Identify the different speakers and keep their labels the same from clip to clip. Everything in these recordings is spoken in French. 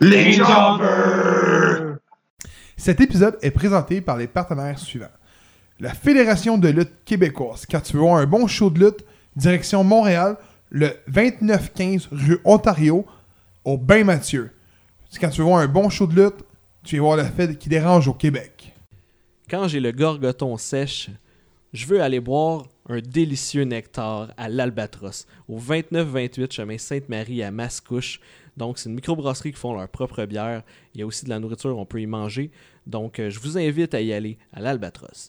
Speaker 1: Les Jambeurs!
Speaker 2: Cet épisode est présenté par les partenaires suivants. La Fédération de lutte québécoise. Quand tu veux voir un bon show de lutte, direction Montréal, le 2915 rue Ontario, au Bain Mathieu. Quand tu veux voir un bon show de lutte, tu vas voir la Fed qui dérange au Québec.
Speaker 3: Quand j'ai le gorgoton sèche, je veux aller boire un délicieux nectar à l'Albatros, au 29-28 chemin Sainte-Marie à Mascouche. Donc, c'est une microbrasserie qui font leur propre bière. Il y a aussi de la nourriture, on peut y manger. Donc, euh, je vous invite à y aller à l'Albatros.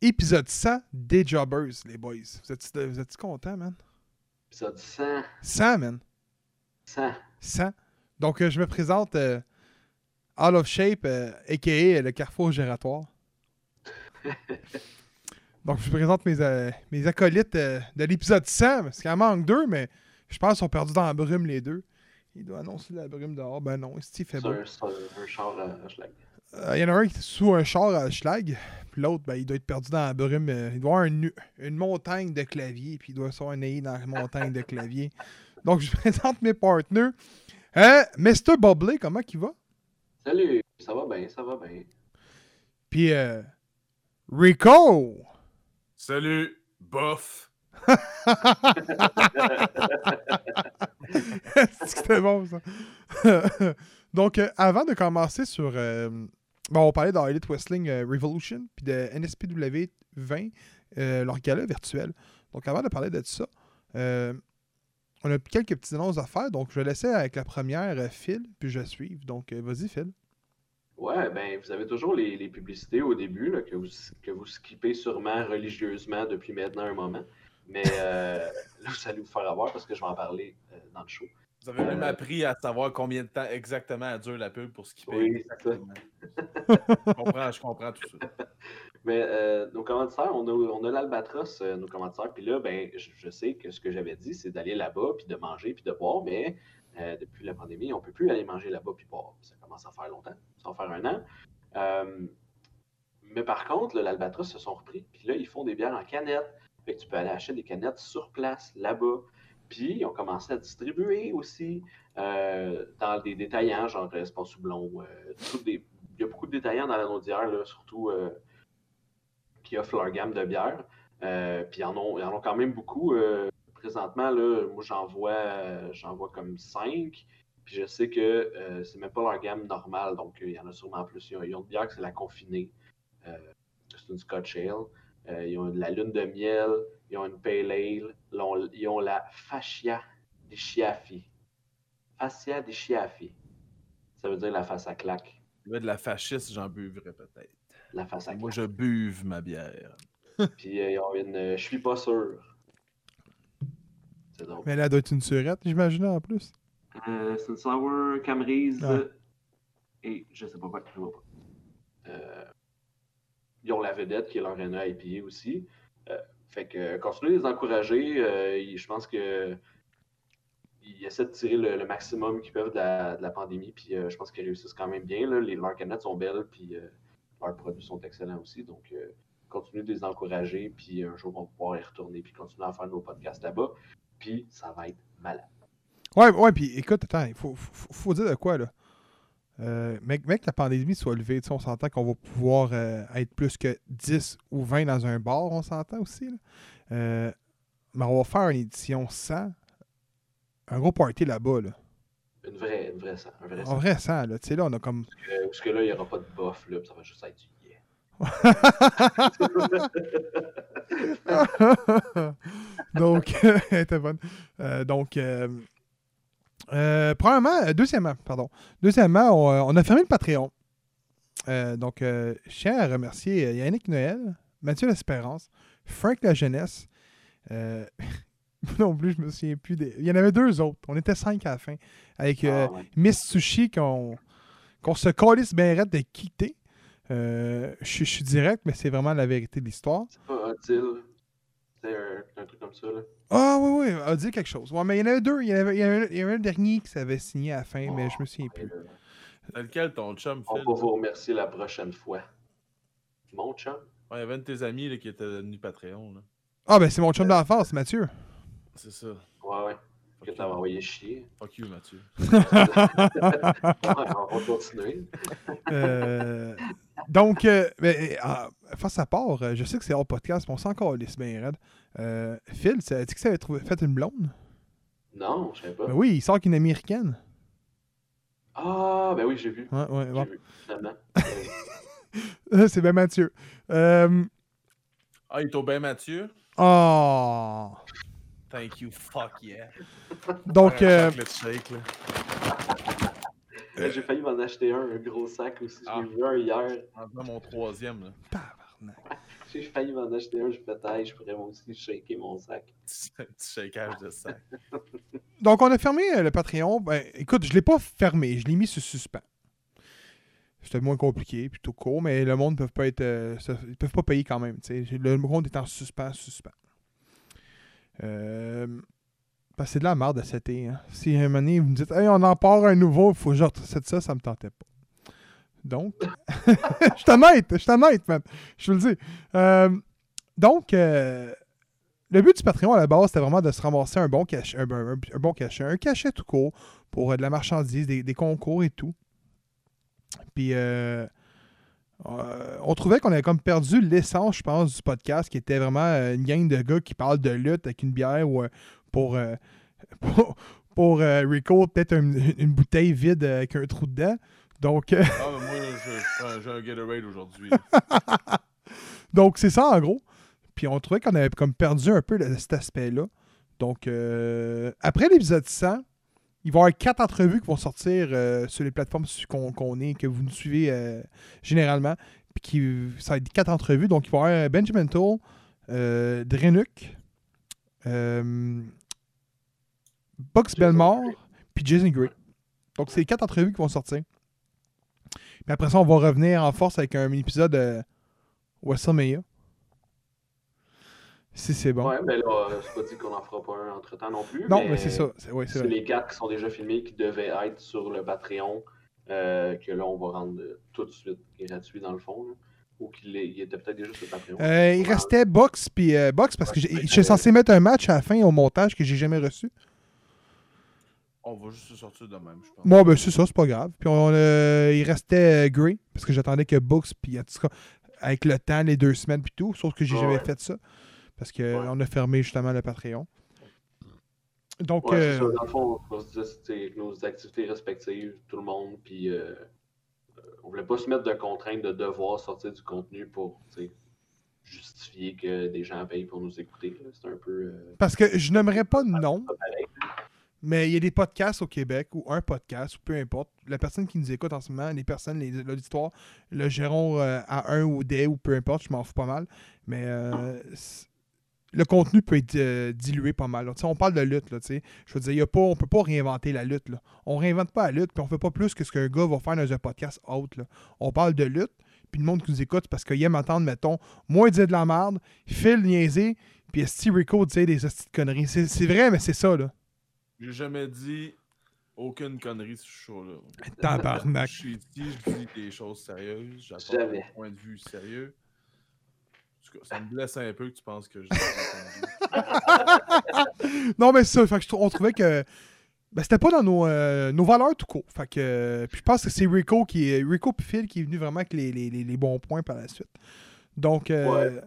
Speaker 2: Épisode 100 des Jobbers, les boys. Vous êtes, vous êtes contents, man?
Speaker 1: Épisode 100.
Speaker 2: 100, man.
Speaker 1: 100.
Speaker 2: 100. Donc, euh, je me présente euh, All of Shape, euh, a.k.a. le carrefour gératoire. Donc, je vous présente mes, euh, mes acolytes euh, de l'épisode 100. Parce qu'il en manque deux, mais je pense qu'ils sont perdus dans la brume, les deux. Il doit annoncer la brume dehors. Ben non, est-ce qu'il fait beau?
Speaker 1: Sur, sur un char à schlag.
Speaker 2: Euh, Il y en a un qui est sous un char à Schlag, puis l'autre, ben, il doit être perdu dans la brume. euh, il doit avoir un nu- une montagne de clavier, puis il doit avoir un nez dans la montagne de clavier. Donc, je vous présente mes partenaires. Euh, Mr. Bobley, comment il va?
Speaker 1: Salut, ça va bien, ça va bien.
Speaker 2: Puis euh, Rico!
Speaker 4: Salut, bof.
Speaker 2: C'était bon, ça. Donc, euh, avant de commencer sur. euh, bon, on parlait dans Elite Wrestling euh, Revolution, puis de NSPW 20, euh, leur gala virtuel. Donc, avant de parler de ça, euh, on a quelques petites annonces à faire. Donc, je vais laisser avec la première euh, Phil, puis je vais suivre. Donc, euh, vas-y, Phil.
Speaker 1: Ouais, ben vous avez toujours les, les publicités au début là, que, vous, que vous skippez sûrement religieusement depuis maintenant un moment. Mais euh, là, vous allez vous faire avoir parce que je vais en parler euh, dans le show.
Speaker 4: Vous avez
Speaker 1: Euh,
Speaker 4: même appris à savoir combien de temps exactement dure la pub pour skipper.
Speaker 1: Oui, c'est ça.
Speaker 4: exactement. je comprends, je comprends tout ça.
Speaker 1: Mais euh, nos commanditaires, on a, on a l'Albatros, euh, nos commanditaires. Puis là, ben, je, je sais que ce que j'avais dit, c'est d'aller là-bas, puis de manger, puis de boire. Mais euh, depuis la pandémie, on ne peut plus aller manger là-bas, puis boire. Ça commence à faire longtemps. Ça va faire un an. Euh, mais par contre, là, l'Albatros se sont repris. Puis là, ils font des bières en canette. Fait que tu peux aller acheter des canettes sur place, là-bas. Puis, ils ont commencé à distribuer aussi euh, dans des détaillants, genre euh, Espace Soublon. euh, tous des- Il y a beaucoup de détaillants dans la Naudière, là, surtout. euh, qui offrent leur gamme de bières. Euh, puis ils en ont, ils en ont quand même beaucoup. euh, présentement, là, moi j'en vois, euh, j'en vois comme 5. Puis je sais que euh, c'est même pas leur gamme normale, donc euh, il y en a sûrement plus. Ils ont, ils ont une bière que c'est la confinée. Euh, c'est une Scotch Ale. Euh, ils ont de la lune de miel. Ils ont une Pale Ale. Ils ont, ils ont la Fascia des Chiafi. Fascia des Chiafi. Ça veut dire la face à claque.
Speaker 4: Il y a de la fasciste, j'en buvrais peut-être.
Speaker 1: La face à claque.
Speaker 4: Moi, je buve ma bière.
Speaker 1: Puis euh, ils ont une euh, Je suis pas sûr. C'est drôle.
Speaker 2: Mais là, doit être une surette, j'imagine, en plus.
Speaker 1: Euh, c'est une sour, Camerise
Speaker 2: Ouais.
Speaker 1: et je sais pas quoi, je vois pas. Euh, ils ont la vedette qui est leur NA IPA aussi. Euh, fait que euh, continuez de les encourager. Euh, ils- je pense que ils essaient de tirer le, le maximum qu'ils peuvent de la, de la pandémie. Puis euh, je pense qu'ils réussissent quand même bien. Là. Les, leurs canettes sont belles, puis euh, leurs produits sont excellents aussi. Donc euh, continuez de les encourager. Puis un jour, on va pouvoir y retourner, puis continuer à faire nos podcasts là-bas. Puis ça va être malade.
Speaker 2: Ouais, ouais, puis écoute, attends, il faut, faut, faut dire de quoi, là. Euh, mec, mec, la pandémie soit levée, tu sais, on s'entend qu'on va pouvoir euh, être plus que 10 ou 20 dans un bar, on s'entend aussi, là. Euh, mais on va faire une édition 100, un gros party là-bas, là.
Speaker 1: Une vraie, une vraie sang. Un vrai
Speaker 2: En
Speaker 1: sang.
Speaker 2: vrai, 100, là, tu sais, là, on a comme...
Speaker 1: Parce que- Parce que là, il n'y aura pas de bof, là, puis ça va juste être du yeah.
Speaker 2: donc, euh, elle était bonne. Euh, donc, euh, euh, premièrement, euh, deuxièmement, pardon. Deuxièmement, on, euh, on a fermé le Patreon. Euh, donc, euh, je tiens à remercier euh, Yannick Noël, Mathieu L'Espérance, Frank La Jeunesse. euh, non plus, je me souviens plus. Des... Il y en avait deux autres. On était cinq à la fin. Avec euh,
Speaker 1: Ah, ouais.
Speaker 2: Miss Sushi qu'on qu'on se calisse bien raide de quitter. Euh, je suis- je suis direct, mais c'est vraiment la vérité de l'histoire.
Speaker 1: C'est pas Odile. C'est un, un truc comme ça, là.
Speaker 2: Ah oui, oui, a dit quelque chose. Ouais, mais il y en avait deux. Il y en avait, il y en avait- il y en avait un dernier qui s'avait signé à la fin, mais je me souviens
Speaker 1: Et
Speaker 2: plus.
Speaker 1: là,
Speaker 4: C'est lequel ton chum,
Speaker 1: euh, on
Speaker 4: Phil?
Speaker 1: va vous remercier la prochaine fois. Mon chum.
Speaker 4: Ouais, il y avait un de tes amis là, qui était devenu Patreon. là.
Speaker 2: Ah ben c'est mon chum d'enfance, Mathieu.
Speaker 4: C'est ça.
Speaker 1: Ouais, ouais. que t'avais envoyé chier.
Speaker 4: Fuck you, Mathieu.
Speaker 1: Ouais, on va continuer.
Speaker 2: Euh, donc, euh, mais, euh, face à part, euh, je sais que c'est hors podcast, mais on s'en calisse bien raide. Euh, Phil, tu as dit que ça avait trouvé- fait une blonde?
Speaker 1: Non, je savais pas.
Speaker 2: Ben oui, il sort qu'une américaine.
Speaker 1: Ah, ben oui, j'ai vu.
Speaker 2: Ouais, ouais,
Speaker 1: J'ai
Speaker 2: bon.
Speaker 1: vu, finalement.
Speaker 2: c'est bien Mathieu. Euh,
Speaker 4: Ah, il est au bain, Mathieu.
Speaker 2: oh.
Speaker 4: Thank you, fuck yeah.
Speaker 2: Donc, euh,
Speaker 4: Le shake, là.
Speaker 1: Euh, J'ai failli m'en acheter un, un gros sac aussi. J'ai
Speaker 4: Ah.
Speaker 1: vu un hier.
Speaker 4: En faisant mon troisième, là.
Speaker 2: tabarnak.
Speaker 1: J'ai failli m'en acheter un. Je me taille, je pourrais moi aussi shaker mon sac.
Speaker 4: Petit petit shakeage de sac.
Speaker 2: Donc, on a fermé euh, le Patreon. Ben, écoute, je l'ai pas fermé, je l'ai mis sur suspens. C'était moins compliqué, plutôt court, mais le monde ne peut pas être. euh, se- ils peuvent pas payer quand même. tu sais. Le monde est en suspens, suspens. Euh, parce que c'est de la merde à setter. hein. Si un moment donné, vous me dites Hey, on en part un nouveau, il faut que je recette ça, ça me tentait pas. Donc, je suis honnête, je suis honnête, man. Je vous le dis. Euh, donc, euh, le but du Patreon à la base, c'était vraiment de se ramasser un bon cachet, un, un- un bon cachet, un cachet tout court pour euh, de la marchandise, des, des concours et tout. Puis euh, euh, on trouvait qu'on avait comme perdu l'essence, je pense, du podcast, qui était vraiment euh, une gang de gars qui parlent de lutte avec une bière ou euh, pour, euh, pour, pour, euh, Rico, peut-être un- une bouteille vide euh, avec un trou dedans. Donc, euh,
Speaker 4: Ah, mais moi, je- je- j'ai un Gatorade aujourd'hui.
Speaker 2: Donc, c'est ça en gros. Puis on trouvait qu'on avait comme perdu un peu le- cet aspect-là. Donc, euh, après l'épisode 100, il va y avoir quatre entrevues qui vont sortir euh, sur les plateformes su- qu'on qu'on est, que vous nous suivez euh, généralement. Puis qui, ça va être quatre entrevues. Donc, il va y avoir Benjamin Toll, euh, Drenuk, euh, Box
Speaker 1: Jason
Speaker 2: Belmore,
Speaker 1: Gray.
Speaker 2: puis Jason Gray. Donc, c'est les quatre entrevues qui vont sortir. Puis après ça, on va revenir en force avec un épisode euh, WrestleMania. Si c'est bon.
Speaker 1: Ouais, mais là, euh, c'est pas dit qu'on en fera pas un entre temps non plus.
Speaker 2: non, mais, c'est ça. C'est ouais, c'est
Speaker 1: C'est
Speaker 2: vrai.
Speaker 1: les quatre qui sont déjà filmés qui devaient être sur le Patreon, euh, que là, on va rendre euh, tout de suite gratuit dans le fond. là. Ou qu'il est- il était peut-être déjà sur le Patreon.
Speaker 2: Euh, il restait box puis euh, box parce que j'ai- j'étais censé mettre un match à la fin au montage que j'ai jamais reçu.
Speaker 4: On va juste se sortir de même, je pense.
Speaker 2: Bon, ben c'est ça, c'est pas grave. Puis on, euh, il restait euh, Grey parce que j'attendais que Box puis en tout cas, avec le temps, les deux semaines puis tout, sauf que j'ai
Speaker 1: Ah
Speaker 2: jamais
Speaker 1: ouais.
Speaker 2: fait ça parce que
Speaker 1: Ouais.
Speaker 2: on a fermé justement le Patreon. Donc
Speaker 1: Ouais,
Speaker 2: euh,
Speaker 1: c'est ça. Dans le fond, on se disait c'était avec nos activités respectives, tout le monde, puis euh, euh, on voulait pas se mettre de contraintes de devoir sortir du contenu pour tu sais, justifier que des gens payent pour nous écouter. là. C'est un peu euh,
Speaker 2: parce que je n'aimerais pas de nom,
Speaker 1: pas pareil.
Speaker 2: mais il y a des podcasts au Québec ou un podcast ou peu importe. La personne qui nous écoute en ce moment, les personnes, les- l'auditoire, le gérant euh, à un ou des ou peu importe, je m'en fous pas mal. Mais euh, c- le contenu peut être euh, dilué pas mal. là. Tu sais, On parle de lutte, là, tu sais. Je veux dire, y a pas, on peut pas réinventer la lutte. Là. On réinvente pas la lutte, puis on fait pas plus que ce qu'un gars va faire dans un podcast autre. là. On parle de lutte, puis le monde qui nous écoute c'est parce qu'il aime entendre, mettons, moi dire de la merde, Phil niaiser, puis Steve Rico dire des hosties de conneries. C'est c'est vrai, mais c'est ça, là.
Speaker 4: J'ai jamais dit aucune connerie sur ce show-là. Je
Speaker 2: Tabarnak.
Speaker 4: suis ici, je dis des choses sérieuses, j'apporte
Speaker 1: Jamais.
Speaker 4: un point de vue sérieux. En tout cas, ça me blesse un peu que tu penses que je dis des conneries.
Speaker 2: Non, mais c'est ça. Fait que je trou- on trouvait que. Ben, c'était pas dans nos, euh, nos valeurs tout court. Fait que, euh, puis je pense que c'est Rico qui est, Rico puis Phil qui est venu vraiment avec les, les- les- les bons points par la suite. Donc, euh,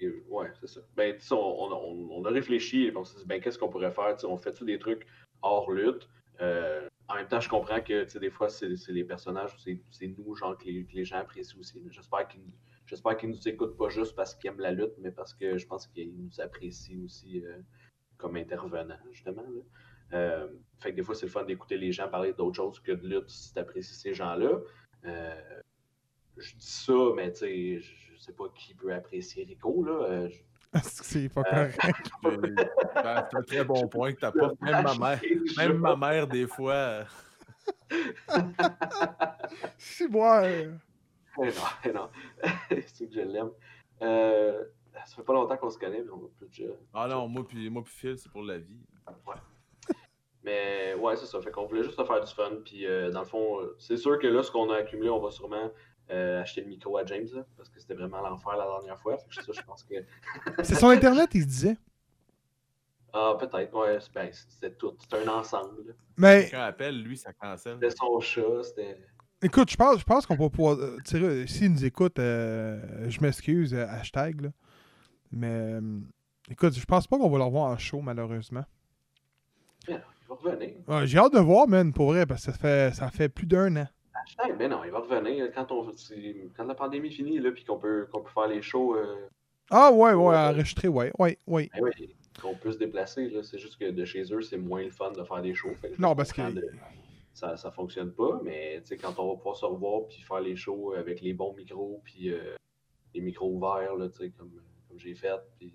Speaker 1: Et, euh, Ouais, c'est ça. Ben, tu sais, on, on a- on- on a réfléchi et on s'est dit, ben, qu'est-ce qu'on pourrait faire? Tu sais, on fait-tu des trucs hors lutte? Euh, en même temps, je comprends que tu sais, des fois, c'est c'est les personnages, c'est c'est nous, genre, que les, que les gens apprécient aussi. J'espère qu'ils nous- j'espère qu'ils nous écoutent pas juste parce qu'ils aiment la lutte, mais parce que je pense qu'ils nous apprécient aussi euh, comme intervenants, justement. là. Euh, fait que des fois, c'est le fun d'écouter les gens parler d'autres choses que de lutte si t'apprécies ces gens-là. Euh, je dis ça, mais tu sais, je je sais pas qui peut apprécier Rico, là. Euh, je-
Speaker 2: c'est pas
Speaker 1: Euh,
Speaker 2: correct.
Speaker 4: Ben, C'est un très bon point que t'apportes. Même ma mère,
Speaker 1: Je-
Speaker 4: même ma mère des fois. euh,
Speaker 2: C'est ouais.
Speaker 1: Eh Non, eh non. c'est que je l'aime. Euh, ça fait pas longtemps qu'on se connaît, mais on a plus déjà.
Speaker 4: Ah non, moi puis moi puis Phil, c'est pour la vie.
Speaker 1: Mais ouais, c'est ça. Fait qu'on voulait juste se faire du fun. Puis euh, dans le fond, euh, c'est sûr que là, ce qu'on a accumulé, on va sûrement euh, acheter le micro à James, là, parce que c'était vraiment l'enfer la dernière fois. Fait que ça, je pense que.
Speaker 2: C'est son internet, il se disait.
Speaker 1: Ah, peut-être, ouais, c'est- ben, c'était tout. C'était un ensemble. là.
Speaker 2: Mais
Speaker 4: Quelqu'un appelle, lui, ça cancelle.
Speaker 1: C'était son chat, c'était.
Speaker 2: écoute, je pense, je pense qu'on va pouvoir. euh, tirer- S'ils nous écoutent, euh, je m'excuse, euh, hashtag. là. Mais euh, écoute, je pense pas qu'on va leur voir en show, malheureusement.
Speaker 1: Il va revenir.
Speaker 2: Ouais, J'ai hâte de voir, man, pour vrai, parce que ça fait, ça fait plus d'un an.
Speaker 1: Hashtag, mais Ben non, il va revenir. Quand, on, c'est- quand la pandémie finit, là, puis qu'on peut, qu'on peut faire les shows, euh,
Speaker 2: Ah, ouais, ouais,
Speaker 1: Ouais.
Speaker 2: enregistré, ouais, ouais, ouais.
Speaker 1: ben oui, qu'on peut se déplacer, là, c'est juste que de chez eux, c'est moins le fun de faire des shows. Fait que je
Speaker 2: Non, parce que.
Speaker 1: comprends de- ça, ça fonctionne pas, mais tu sais, quand on va pouvoir se revoir puis faire les shows avec les bons micros, puis euh, les micros ouverts, là, tu sais, comme, comme j'ai fait, puis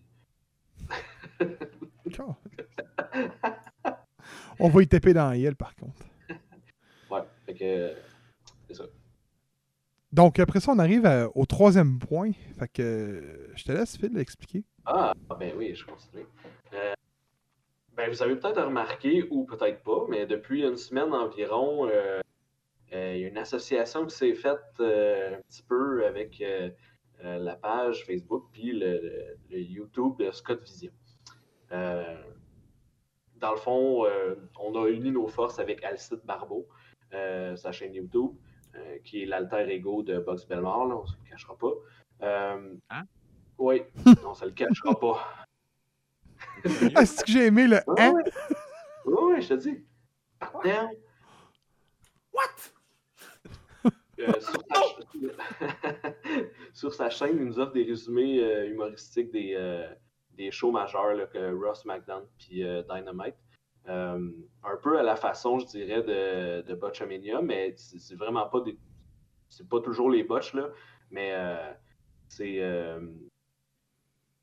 Speaker 2: Car- On va y taper dans la gueule, par contre.
Speaker 1: ouais, fait que euh, c'est ça.
Speaker 2: Donc, après ça, on arrive à- au troisième point. Fait que euh, je te laisse, Phil, l'expliquer.
Speaker 1: Ah, ben oui, je continue. Euh, ben, vous avez peut-être remarqué, ou peut-être pas, mais depuis une semaine environ, euh, euh, il y a une association qui s'est faite euh, un petit peu avec euh, euh, la page Facebook puis le, le- le YouTube de Scott Vision. Euh, dans le fond, euh, on a uni nos forces avec Alcide Barbeau, euh, sa chaîne YouTube, euh, qui est l'alter ego de Box Belmore, là, on se le cachera pas. Euh,
Speaker 4: Hein?
Speaker 1: Oui, on se le cachera pas.
Speaker 2: Ah, c'est que j'ai aimé le
Speaker 1: Ouais,
Speaker 2: hein?
Speaker 1: ouais. Ouais, ouais, je te dis. Damn.
Speaker 4: What?
Speaker 1: Euh, sur, sa... sur sa chaîne, il nous offre des résumés euh, humoristiques des, euh, des shows majeurs là, que Ross McDonald puis euh, Dynamite. Euh, un peu à la façon, je dirais, de, de Botchamania, mais c'est c'est vraiment pas des. C'est pas toujours les botches, là, mais euh, c'est. euh,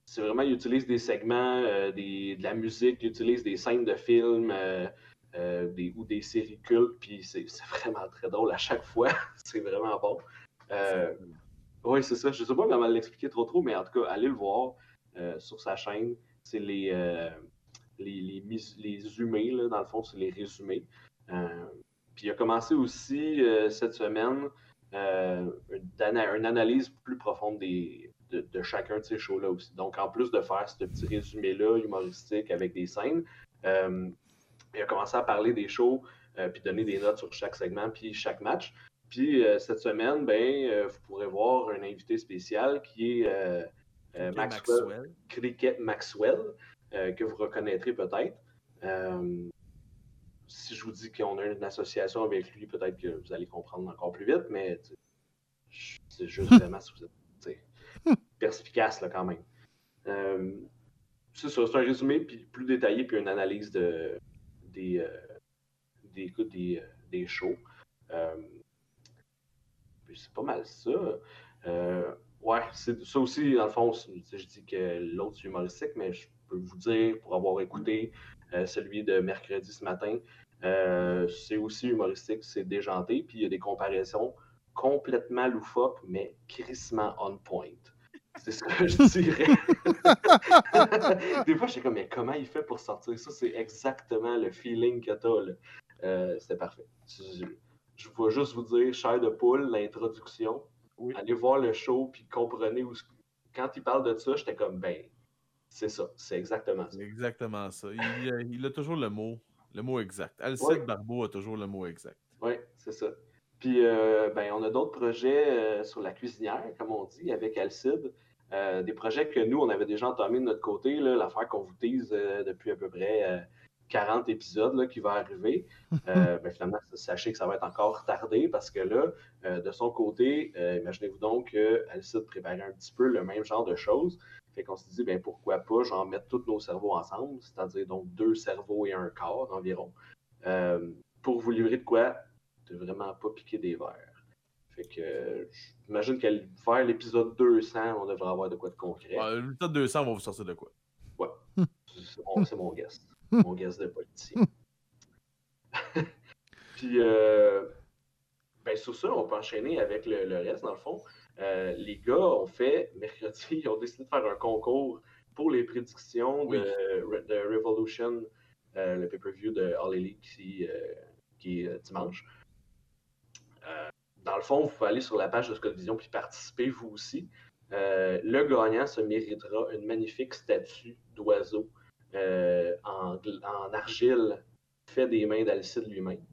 Speaker 1: c'est vraiment, il utilise des segments, euh, des, de la musique, il utilise des scènes de films euh, euh, des, ou des séries cultes, puis c'est c'est vraiment très drôle à chaque fois. c'est vraiment bon. oui, c'est ça. Je sais pas comment l'expliquer trop trop, mais en tout cas, allez le voir euh, sur sa chaîne. C'est les, euh, les, les, mis- les humés, là, dans le fond, c'est les résumés. Euh, puis il a commencé aussi euh, cette semaine euh, une, ana- une analyse plus profonde des, de, de chacun de ces shows-là aussi. Donc, en plus de faire ce petit résumé-là humoristique avec des scènes, euh, il a commencé à parler des shows, euh, puis donner des notes sur chaque segment, puis chaque match. Puis euh, cette semaine, ben, euh, vous pourrez voir un invité spécial qui est euh, euh, Maxwell. Cricket Maxwell, euh, que vous reconnaîtrez peut-être. Euh, si je vous dis qu'on a une association avec lui, peut-être que vous allez comprendre encore plus vite, mais tu sais, je- c'est juste vraiment si vous êtes, tu sais, perspicace là, quand même. Euh, c'est ça, c'est un résumé puis plus détaillé, puis une analyse de, des, euh, des, écoute, des, euh, des shows. Euh, puis c'est pas mal ça. Euh, Ouais, c'est ça aussi, dans le fond, c'est- tu sais, je dis que l'autre c'est humoristique, mais je peux vous dire, pour avoir écouté euh, celui de mercredi ce matin, euh, c'est aussi humoristique, c'est déjanté, puis il y a des comparaisons complètement loufoques, mais crissement on point. C'est ce que je dirais. des fois, je suis comme, mais comment il fait pour sortir ça? C'est exactement le feeling que t'as, là. Euh, C'était parfait. Tu- Je vais juste vous dire, chair de poule, l'introduction, allez voir le show puis comprenez où. Quand il parle de ça, j'étais comme ben, c'est ça, c'est exactement ça.
Speaker 4: C'est exactement ça. Il, euh, il a toujours le mot, le mot exact. Alcide
Speaker 1: Ouais.
Speaker 4: Barbeau a toujours le mot exact.
Speaker 1: Oui, c'est ça. Puis euh, ben, on a d'autres projets euh, sur la cuisinière, comme on dit, avec Alcide. Euh, des projets que nous, on avait déjà entamés de notre côté, là, l'affaire qu'on vous tease euh, depuis à peu près euh, 40 épisodes là, qui va arriver. Euh, ben, finalement, sachez que ça va être encore retardé parce que là, euh, de son côté, euh, imaginez-vous donc que Alcide préparait un petit peu le même genre de choses. Fait qu'on se dit, ben, pourquoi pas, genre, mettre tous nos cerveaux ensemble, c'est-à-dire donc deux cerveaux et un corps environ, euh, pour vous livrer de quoi de vraiment pas piquer des verres. Fait que euh, j'imagine qu'à faire l'épisode 200, on devrait avoir de quoi de concret.
Speaker 4: Ah, Le résultat de 200 on va vous sortir de quoi?
Speaker 1: C'est mon, c'est mon guess. Mon guess de politicien. Puis, euh, ben, sur ça, on peut enchaîner avec le, le reste, dans le fond. Euh, les gars ont fait, mercredi, ils ont décidé de faire un concours pour les prédictions
Speaker 4: Oui.
Speaker 1: de, euh, de Revolution, euh, le pay-per-view de All Elite qui, euh, qui est euh, dimanche. Euh, dans le fond, vous pouvez aller sur la page de Scott Vision puis participer vous aussi. Euh, le gagnant se méritera une magnifique statue d'oiseau euh, en, gl- en argile fait des mains d'Alcide lui-même.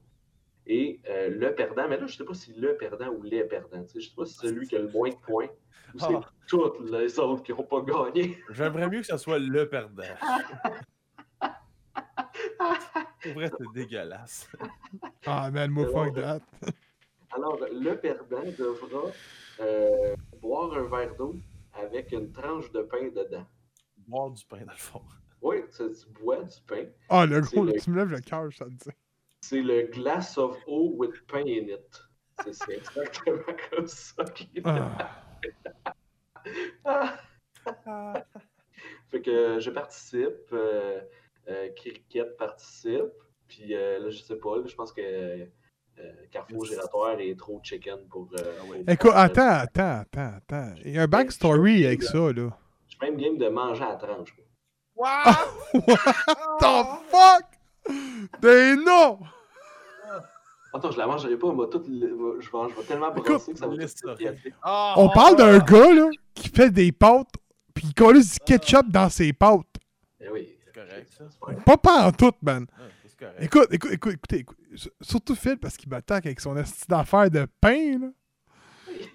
Speaker 1: Et euh, le perdant, mais là, je ne sais pas si le perdant ou les perdants. tu sais, Je ne sais pas si c'est celui qui a le moins de points ou c'est
Speaker 4: Ah.
Speaker 1: tous les autres qui n'ont pas gagné.
Speaker 4: J'aimerais mieux que ça soit le perdant. Pour vrai, c'est dégueulasse.
Speaker 2: Ah, man, moi, fuck that.
Speaker 1: Alors, le perdant devra euh, boire un verre d'eau avec une tranche de pain dedans.
Speaker 4: Boire du pain, dans le fond.
Speaker 1: Oui, tu, tu bois du pain.
Speaker 2: Ah, le
Speaker 1: C'est
Speaker 2: gros, là,
Speaker 1: le-
Speaker 2: tu me lèves le cœur, ça te dit.
Speaker 1: C'est le glass of eau with pain in it. C'est- C'est exactement comme ça qu'il est.
Speaker 2: Ah.
Speaker 1: Ah! fait que je participe, euh, euh, Cricket participe, puis euh, là, je sais pas, là, je pense que euh, Carrefour Giratoire est trop chicken pour. euh,
Speaker 4: Ah ouais.
Speaker 1: pour-
Speaker 2: Écoute, attends, attends, attends, attends. Il y a un backstory avec ça, là.
Speaker 1: Je suis même game de manger à la tranche. moi.
Speaker 2: What the fuck? Des noms!
Speaker 1: Attends, je la mangerai pas, moi, tout le- je, vais, je vais tellement
Speaker 2: Écoute,
Speaker 1: brasser que ça va
Speaker 4: laisse
Speaker 1: tout
Speaker 4: ça.
Speaker 1: gâter.
Speaker 4: Ah,
Speaker 2: On
Speaker 4: ah,
Speaker 2: parle
Speaker 4: ah.
Speaker 2: d'un gars, là, qui fait des pâtes, puis il colle du ketchup dans ses pâtes.
Speaker 1: Eh oui.
Speaker 4: C'est correct, ça.
Speaker 1: C'est pas-
Speaker 2: Pas pas en tout, man.
Speaker 4: Ah, c'est correct.
Speaker 2: Écoute, écoute, écoute, écoutez, écoute. S- Surtout Phil, parce qu'il m'attaque avec son astuce d'affaires de pain, là.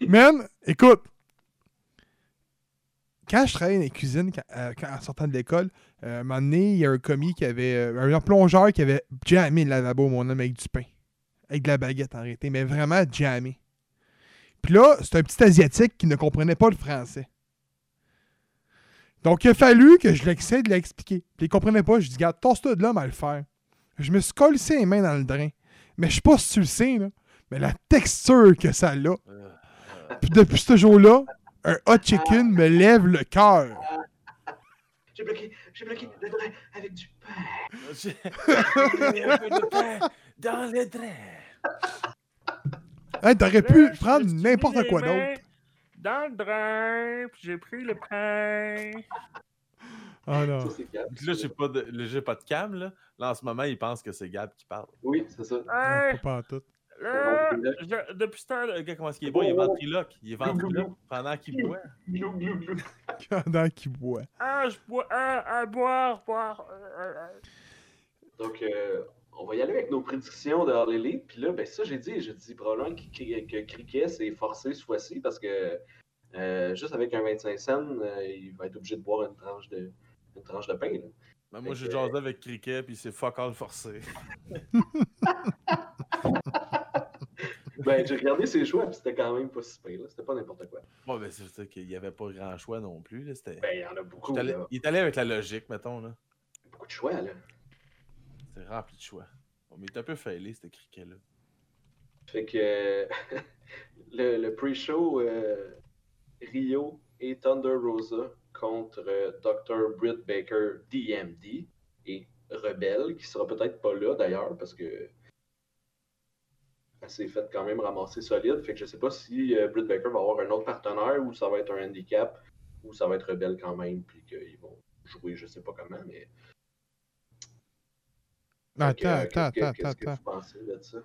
Speaker 2: Man, écoute. Quand je travaillais dans les cuisines, quand, euh, quand- en sortant de l'école, euh, à un moment donné, il y a un commis qui avait. euh, un plongeur qui avait jammé le lavabo, mon homme, avec du pain. Avec de la baguette en réalité, mais vraiment jammé. Puis là, c'est un petit Asiatique qui ne comprenait pas le français. Donc, il a fallu que je l'essaie de l'expliquer. Puis il comprenait pas. Je dis, garde, tosse-toi de l'homme à le faire. Je me suis collissé les mains dans le drain. Mais je sais pas si tu le sais, là. Mais la texture que ça a.
Speaker 4: Euh,
Speaker 2: Puis depuis ce jour-là, un hot chicken me lève le cœur.
Speaker 1: J'ai bloqué, j'ai bloqué
Speaker 4: Ah.
Speaker 1: le drain avec du pain.
Speaker 4: j'ai- J'ai un peu de pain dans le drain.
Speaker 2: Hey, t'aurais pu prendre n'importe quoi d'autre.
Speaker 4: Dans le drain, puis j'ai pris le pain.
Speaker 2: Ah non.
Speaker 1: Ça, c'est Gab.
Speaker 4: Là, j'ai pas de, là, j'ai pas de cam, là. Là, en ce moment, il pense que c'est Gab qui parle.
Speaker 1: Oui, c'est ça.
Speaker 5: Ah.
Speaker 2: Non, pas pantoute.
Speaker 1: là,
Speaker 4: depuis ce temps, Ah, le gars, comment est-ce qu'il est
Speaker 1: bon,
Speaker 4: bon? Il est
Speaker 1: bon, bon.
Speaker 4: ventriloque. Il est ventriloque pendant qu'il boit.
Speaker 1: Glou, glou, glou.
Speaker 2: Pendant qu'il boit.
Speaker 4: Ah, je bois, ah, ah, boire, boire.
Speaker 1: Donc, euh, on va y aller avec nos prédictions de Harley League. Puis là, ben ça, j'ai dit, j'ai dit probablement que, que, que Criquet s'est forcé ce fois-ci parce que euh, juste avec un 25 cents, euh, il va être obligé de boire une tranche de, une tranche de pain. là.
Speaker 4: Ben, moi, j'ai jasé avec Cricket, puis c'est fuck all forcé.
Speaker 1: Ben, j'ai regardé ses choix, puis c'était quand même pas si pire. là. C'était pas n'importe quoi.
Speaker 4: Bon, ben, c'est sûr qu'il n'y avait pas grand choix non plus. Là. C'était...
Speaker 1: Ben, il y en a beaucoup.
Speaker 4: il, est allé,
Speaker 1: là.
Speaker 4: il est allé avec la logique, mettons. Là.
Speaker 1: Beaucoup de choix, là.
Speaker 4: C'est rempli de choix. Bon, mais il est un peu failé, ce Cricket-là.
Speaker 1: Fait que le, le pre-show euh, Rio et Thunder Rosa contre euh, Dr. Britt Baker DMD et Rebelle, qui sera peut-être pas là d'ailleurs parce que elle s'est faite quand même ramasser solide. Fait que je sais pas si euh, Britt Baker va avoir un autre partenaire ou ça va être un handicap ou ça va être Rebelle quand même puis qu'ils vont jouer je sais pas comment mais. Fait que,
Speaker 2: Attends,
Speaker 1: euh,
Speaker 2: attends,
Speaker 1: qu'est-ce que-
Speaker 2: attends, attends,
Speaker 1: Qu'est-ce que
Speaker 2: attends.
Speaker 1: vous pensez de ça?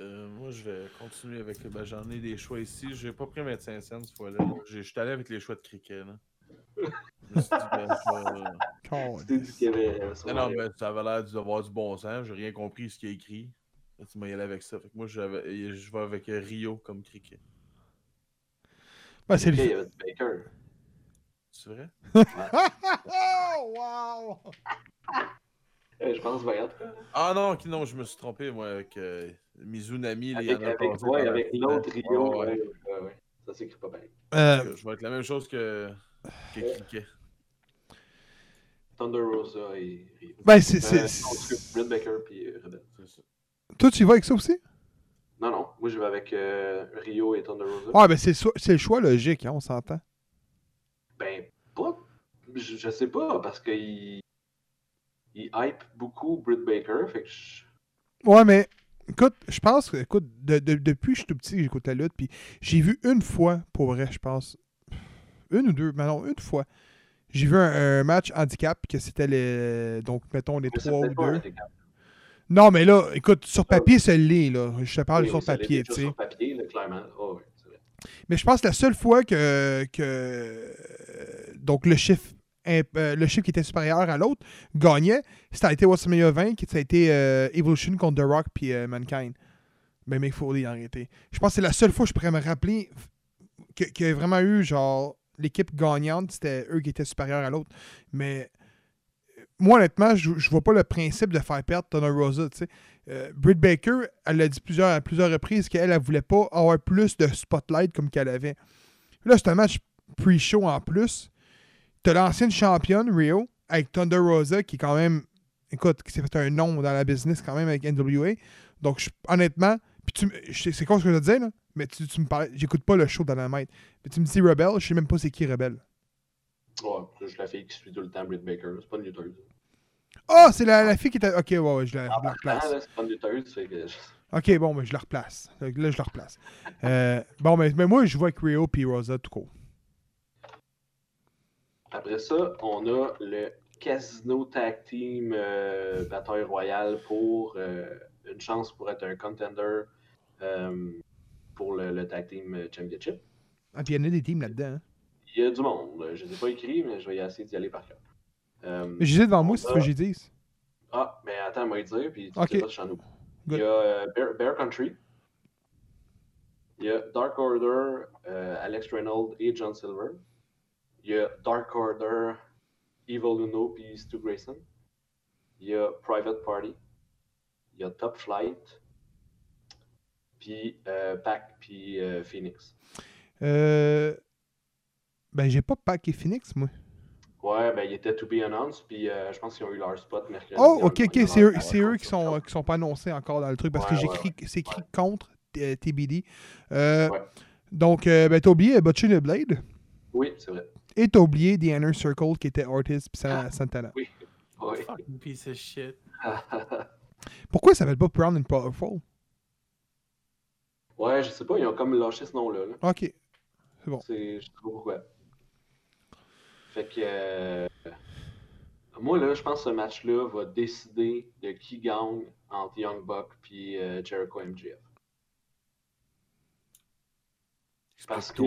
Speaker 4: Euh, moi, je vais continuer avec. Ben, j'en ai des choix ici. J'ai pas pris 25 cents cette fois-là. J'ai- Je suis allé avec les choix de cricket. Là. Je me suis dit, ben, ça-
Speaker 1: C'était dit qu'il y avait- euh,
Speaker 4: Non, non, mais ça avait l'air d'avoir du bon sens. J'ai rien compris ce qu'il a écrit. Là, tu m'as y allé avec ça. Fait que moi, j'avais- je vais avec euh, Rio comme cricket.
Speaker 2: Ben, c'est
Speaker 1: il y
Speaker 2: le...
Speaker 1: avait Baker.
Speaker 4: C'est vrai?
Speaker 2: Oh, wow!
Speaker 1: Euh, je pense, ben, en tout cas,
Speaker 4: Ah non, ok, non, je me suis trompé, moi, avec euh, Mizunami. là, il y
Speaker 1: avec,
Speaker 4: en a
Speaker 1: avec,
Speaker 4: passé
Speaker 1: ouais,
Speaker 4: pendant
Speaker 1: avec
Speaker 4: tout le
Speaker 1: l'autre
Speaker 4: temps.
Speaker 1: Rio,
Speaker 4: hein. Ouais, ouais.
Speaker 1: ouais, ouais, ouais. ça s'écrit pas bien.
Speaker 2: Euh,
Speaker 4: Je vais être la même chose que, que cricket.
Speaker 1: Thunder Rosa et Rio.
Speaker 2: ben, c'est...
Speaker 1: Euh,
Speaker 2: c'est-
Speaker 1: non, excuse, Britt Baker puis euh, Rebel.
Speaker 4: C'est ça.
Speaker 2: Toi, tu y vas avec ça aussi?
Speaker 1: Non, non, moi je vais avec euh, Rio et Thunder Rosa.
Speaker 2: Ouais, ben, c'est le so- c'est le choix logique, hein, on s'entend.
Speaker 1: Ben, pas. Je, je sais pas, parce qu'il. Il hype beaucoup Britt Baker, fait que je.
Speaker 2: Ouais, mais écoute, je pense que écoute, de- de- depuis que je suis tout petit, j'écoute la lutte, puis j'ai vu une fois, pour vrai, je pense, une ou deux, mais non, une fois, j'ai vu un, un match handicap, que c'était les, donc, mettons, les
Speaker 1: Mais c'est
Speaker 2: trois ou
Speaker 1: peut-être pas hein, un
Speaker 2: deux.
Speaker 1: handicap.
Speaker 2: Non, mais là, écoute, sur papier, c'est l'est, là. Je te parle
Speaker 1: Oui,
Speaker 2: sur
Speaker 1: oui, ça l'est
Speaker 2: papier,
Speaker 1: déjà
Speaker 2: tu sais.
Speaker 1: Sur papier, là, clairement. Oh, ouais, c'est vrai.
Speaker 2: Mais je pense que la seule fois que, que euh, donc le chiffre imp- euh, le chiffre qui était supérieur à l'autre gagnait. Ça a été WrestleMania 20, qui ça a été euh, Evolution contre The Rock puis euh, Mankind. Mais Mick Foley a arrêté. Je pense que c'est la seule fois que je pourrais me rappeler que- qu'il y a vraiment eu, genre, l'équipe gagnante, c'était eux qui étaient supérieurs à l'autre. Mais euh, moi, honnêtement, je, je vois pas le principe de faire perdre Thunder Rosa, tu sais. Euh, Britt Baker, elle a dit plusieurs, à plusieurs reprises qu'elle, elle voulait pas avoir plus de spotlight comme qu'elle avait. Là, c'est un match pre-show en plus. T'as l'ancienne championne, Rio, avec Thunder Rosa, qui est quand même, écoute, qui s'est fait un nom dans la business quand même avec NWA. Donc, je- honnêtement, puis tu, me- je sais- c'est con ce que je te disais, là, mais tu, tu me parlais, j'écoute pas le show dans la maître. Mais tu me dis Rebelle, je sais même pas c'est qui Rebelle.
Speaker 1: Ouais, Ah, je suis la fille qui suit tout le temps Britt Baker. C'est pas une lutteuse.
Speaker 2: Ah, c'est la, la fille qui était. Ok, ouais, ouais, je la,
Speaker 1: En
Speaker 2: je la
Speaker 1: partant,
Speaker 2: replace.
Speaker 1: Ah, là, c'est pas une lutteuse. c'est que-
Speaker 2: Ok, bon, mais je la replace. Fait que Là, je la replace. Euh, bon, mais, mais moi, je vois avec Rio puis Rosa tout court.
Speaker 1: Après ça, on a le Casino Tag Team euh, Bataille Royale pour euh, une chance pour être un contender euh, pour le, le Tag Team Championship.
Speaker 2: Ah, puis il y en a des teams là-dedans. hein.
Speaker 1: Il y a du monde. Je ne les ai pas écrits, mais je vais essayer d'y aller par cœur. Euh,
Speaker 2: Mais j'ai dit devant moi, si tu veux, que j'y dise.
Speaker 1: Ah, mais attends, moi, dire, puis tu
Speaker 2: Ok.
Speaker 1: sais pas si j'en oublie. Il
Speaker 2: Good.
Speaker 1: y a euh, Bear, Bear Country. Il y a Dark Order, euh, Alex Reynolds et John Silver. Il y a Dark Order, Evil Uno puis Stu Grayson. Il y a Private Party. Il y a Top Flight. Puis euh, Pac puis euh, Phoenix.
Speaker 2: Euh... Ben, j'ai pas Pac et Phoenix, moi.
Speaker 1: Ouais, ben, ils étaient to be announced, puis euh, je pense qu'ils ont eu leur spot mercredi.
Speaker 2: Oh,
Speaker 1: Ils ont-
Speaker 2: ok,
Speaker 1: ils
Speaker 2: ok,
Speaker 1: ont
Speaker 2: c'est
Speaker 1: leur-
Speaker 2: eux, c'est eux qui sont, euh, qui sont pas annoncés encore dans le truc parce que
Speaker 1: Ouais,
Speaker 2: j'ai
Speaker 1: ouais,
Speaker 2: écrit- c'est écrit contre euh, TBD. Euh,
Speaker 1: Ouais.
Speaker 2: Donc, euh, ben, t'as oublié Butcher the Blade
Speaker 1: Oui, c'est vrai.
Speaker 2: et t'as oublié The Inner Circle qui était Ortiz pis Sa-
Speaker 1: Ah.
Speaker 2: Santana.
Speaker 1: Oui. Oui.
Speaker 4: Fucking piece of shit.
Speaker 2: Pourquoi ça s'appelle pas Brown and Powerful
Speaker 1: Ouais, je sais pas, ils ont comme lâché ce nom-là. là.
Speaker 2: Ok. Bon.
Speaker 1: C'est, je sais pas pourquoi. Fait que. euh, moi, là, je pense que ce match-là va décider de qui gagne entre Young Buck puis euh, Jericho MJF. Parce que,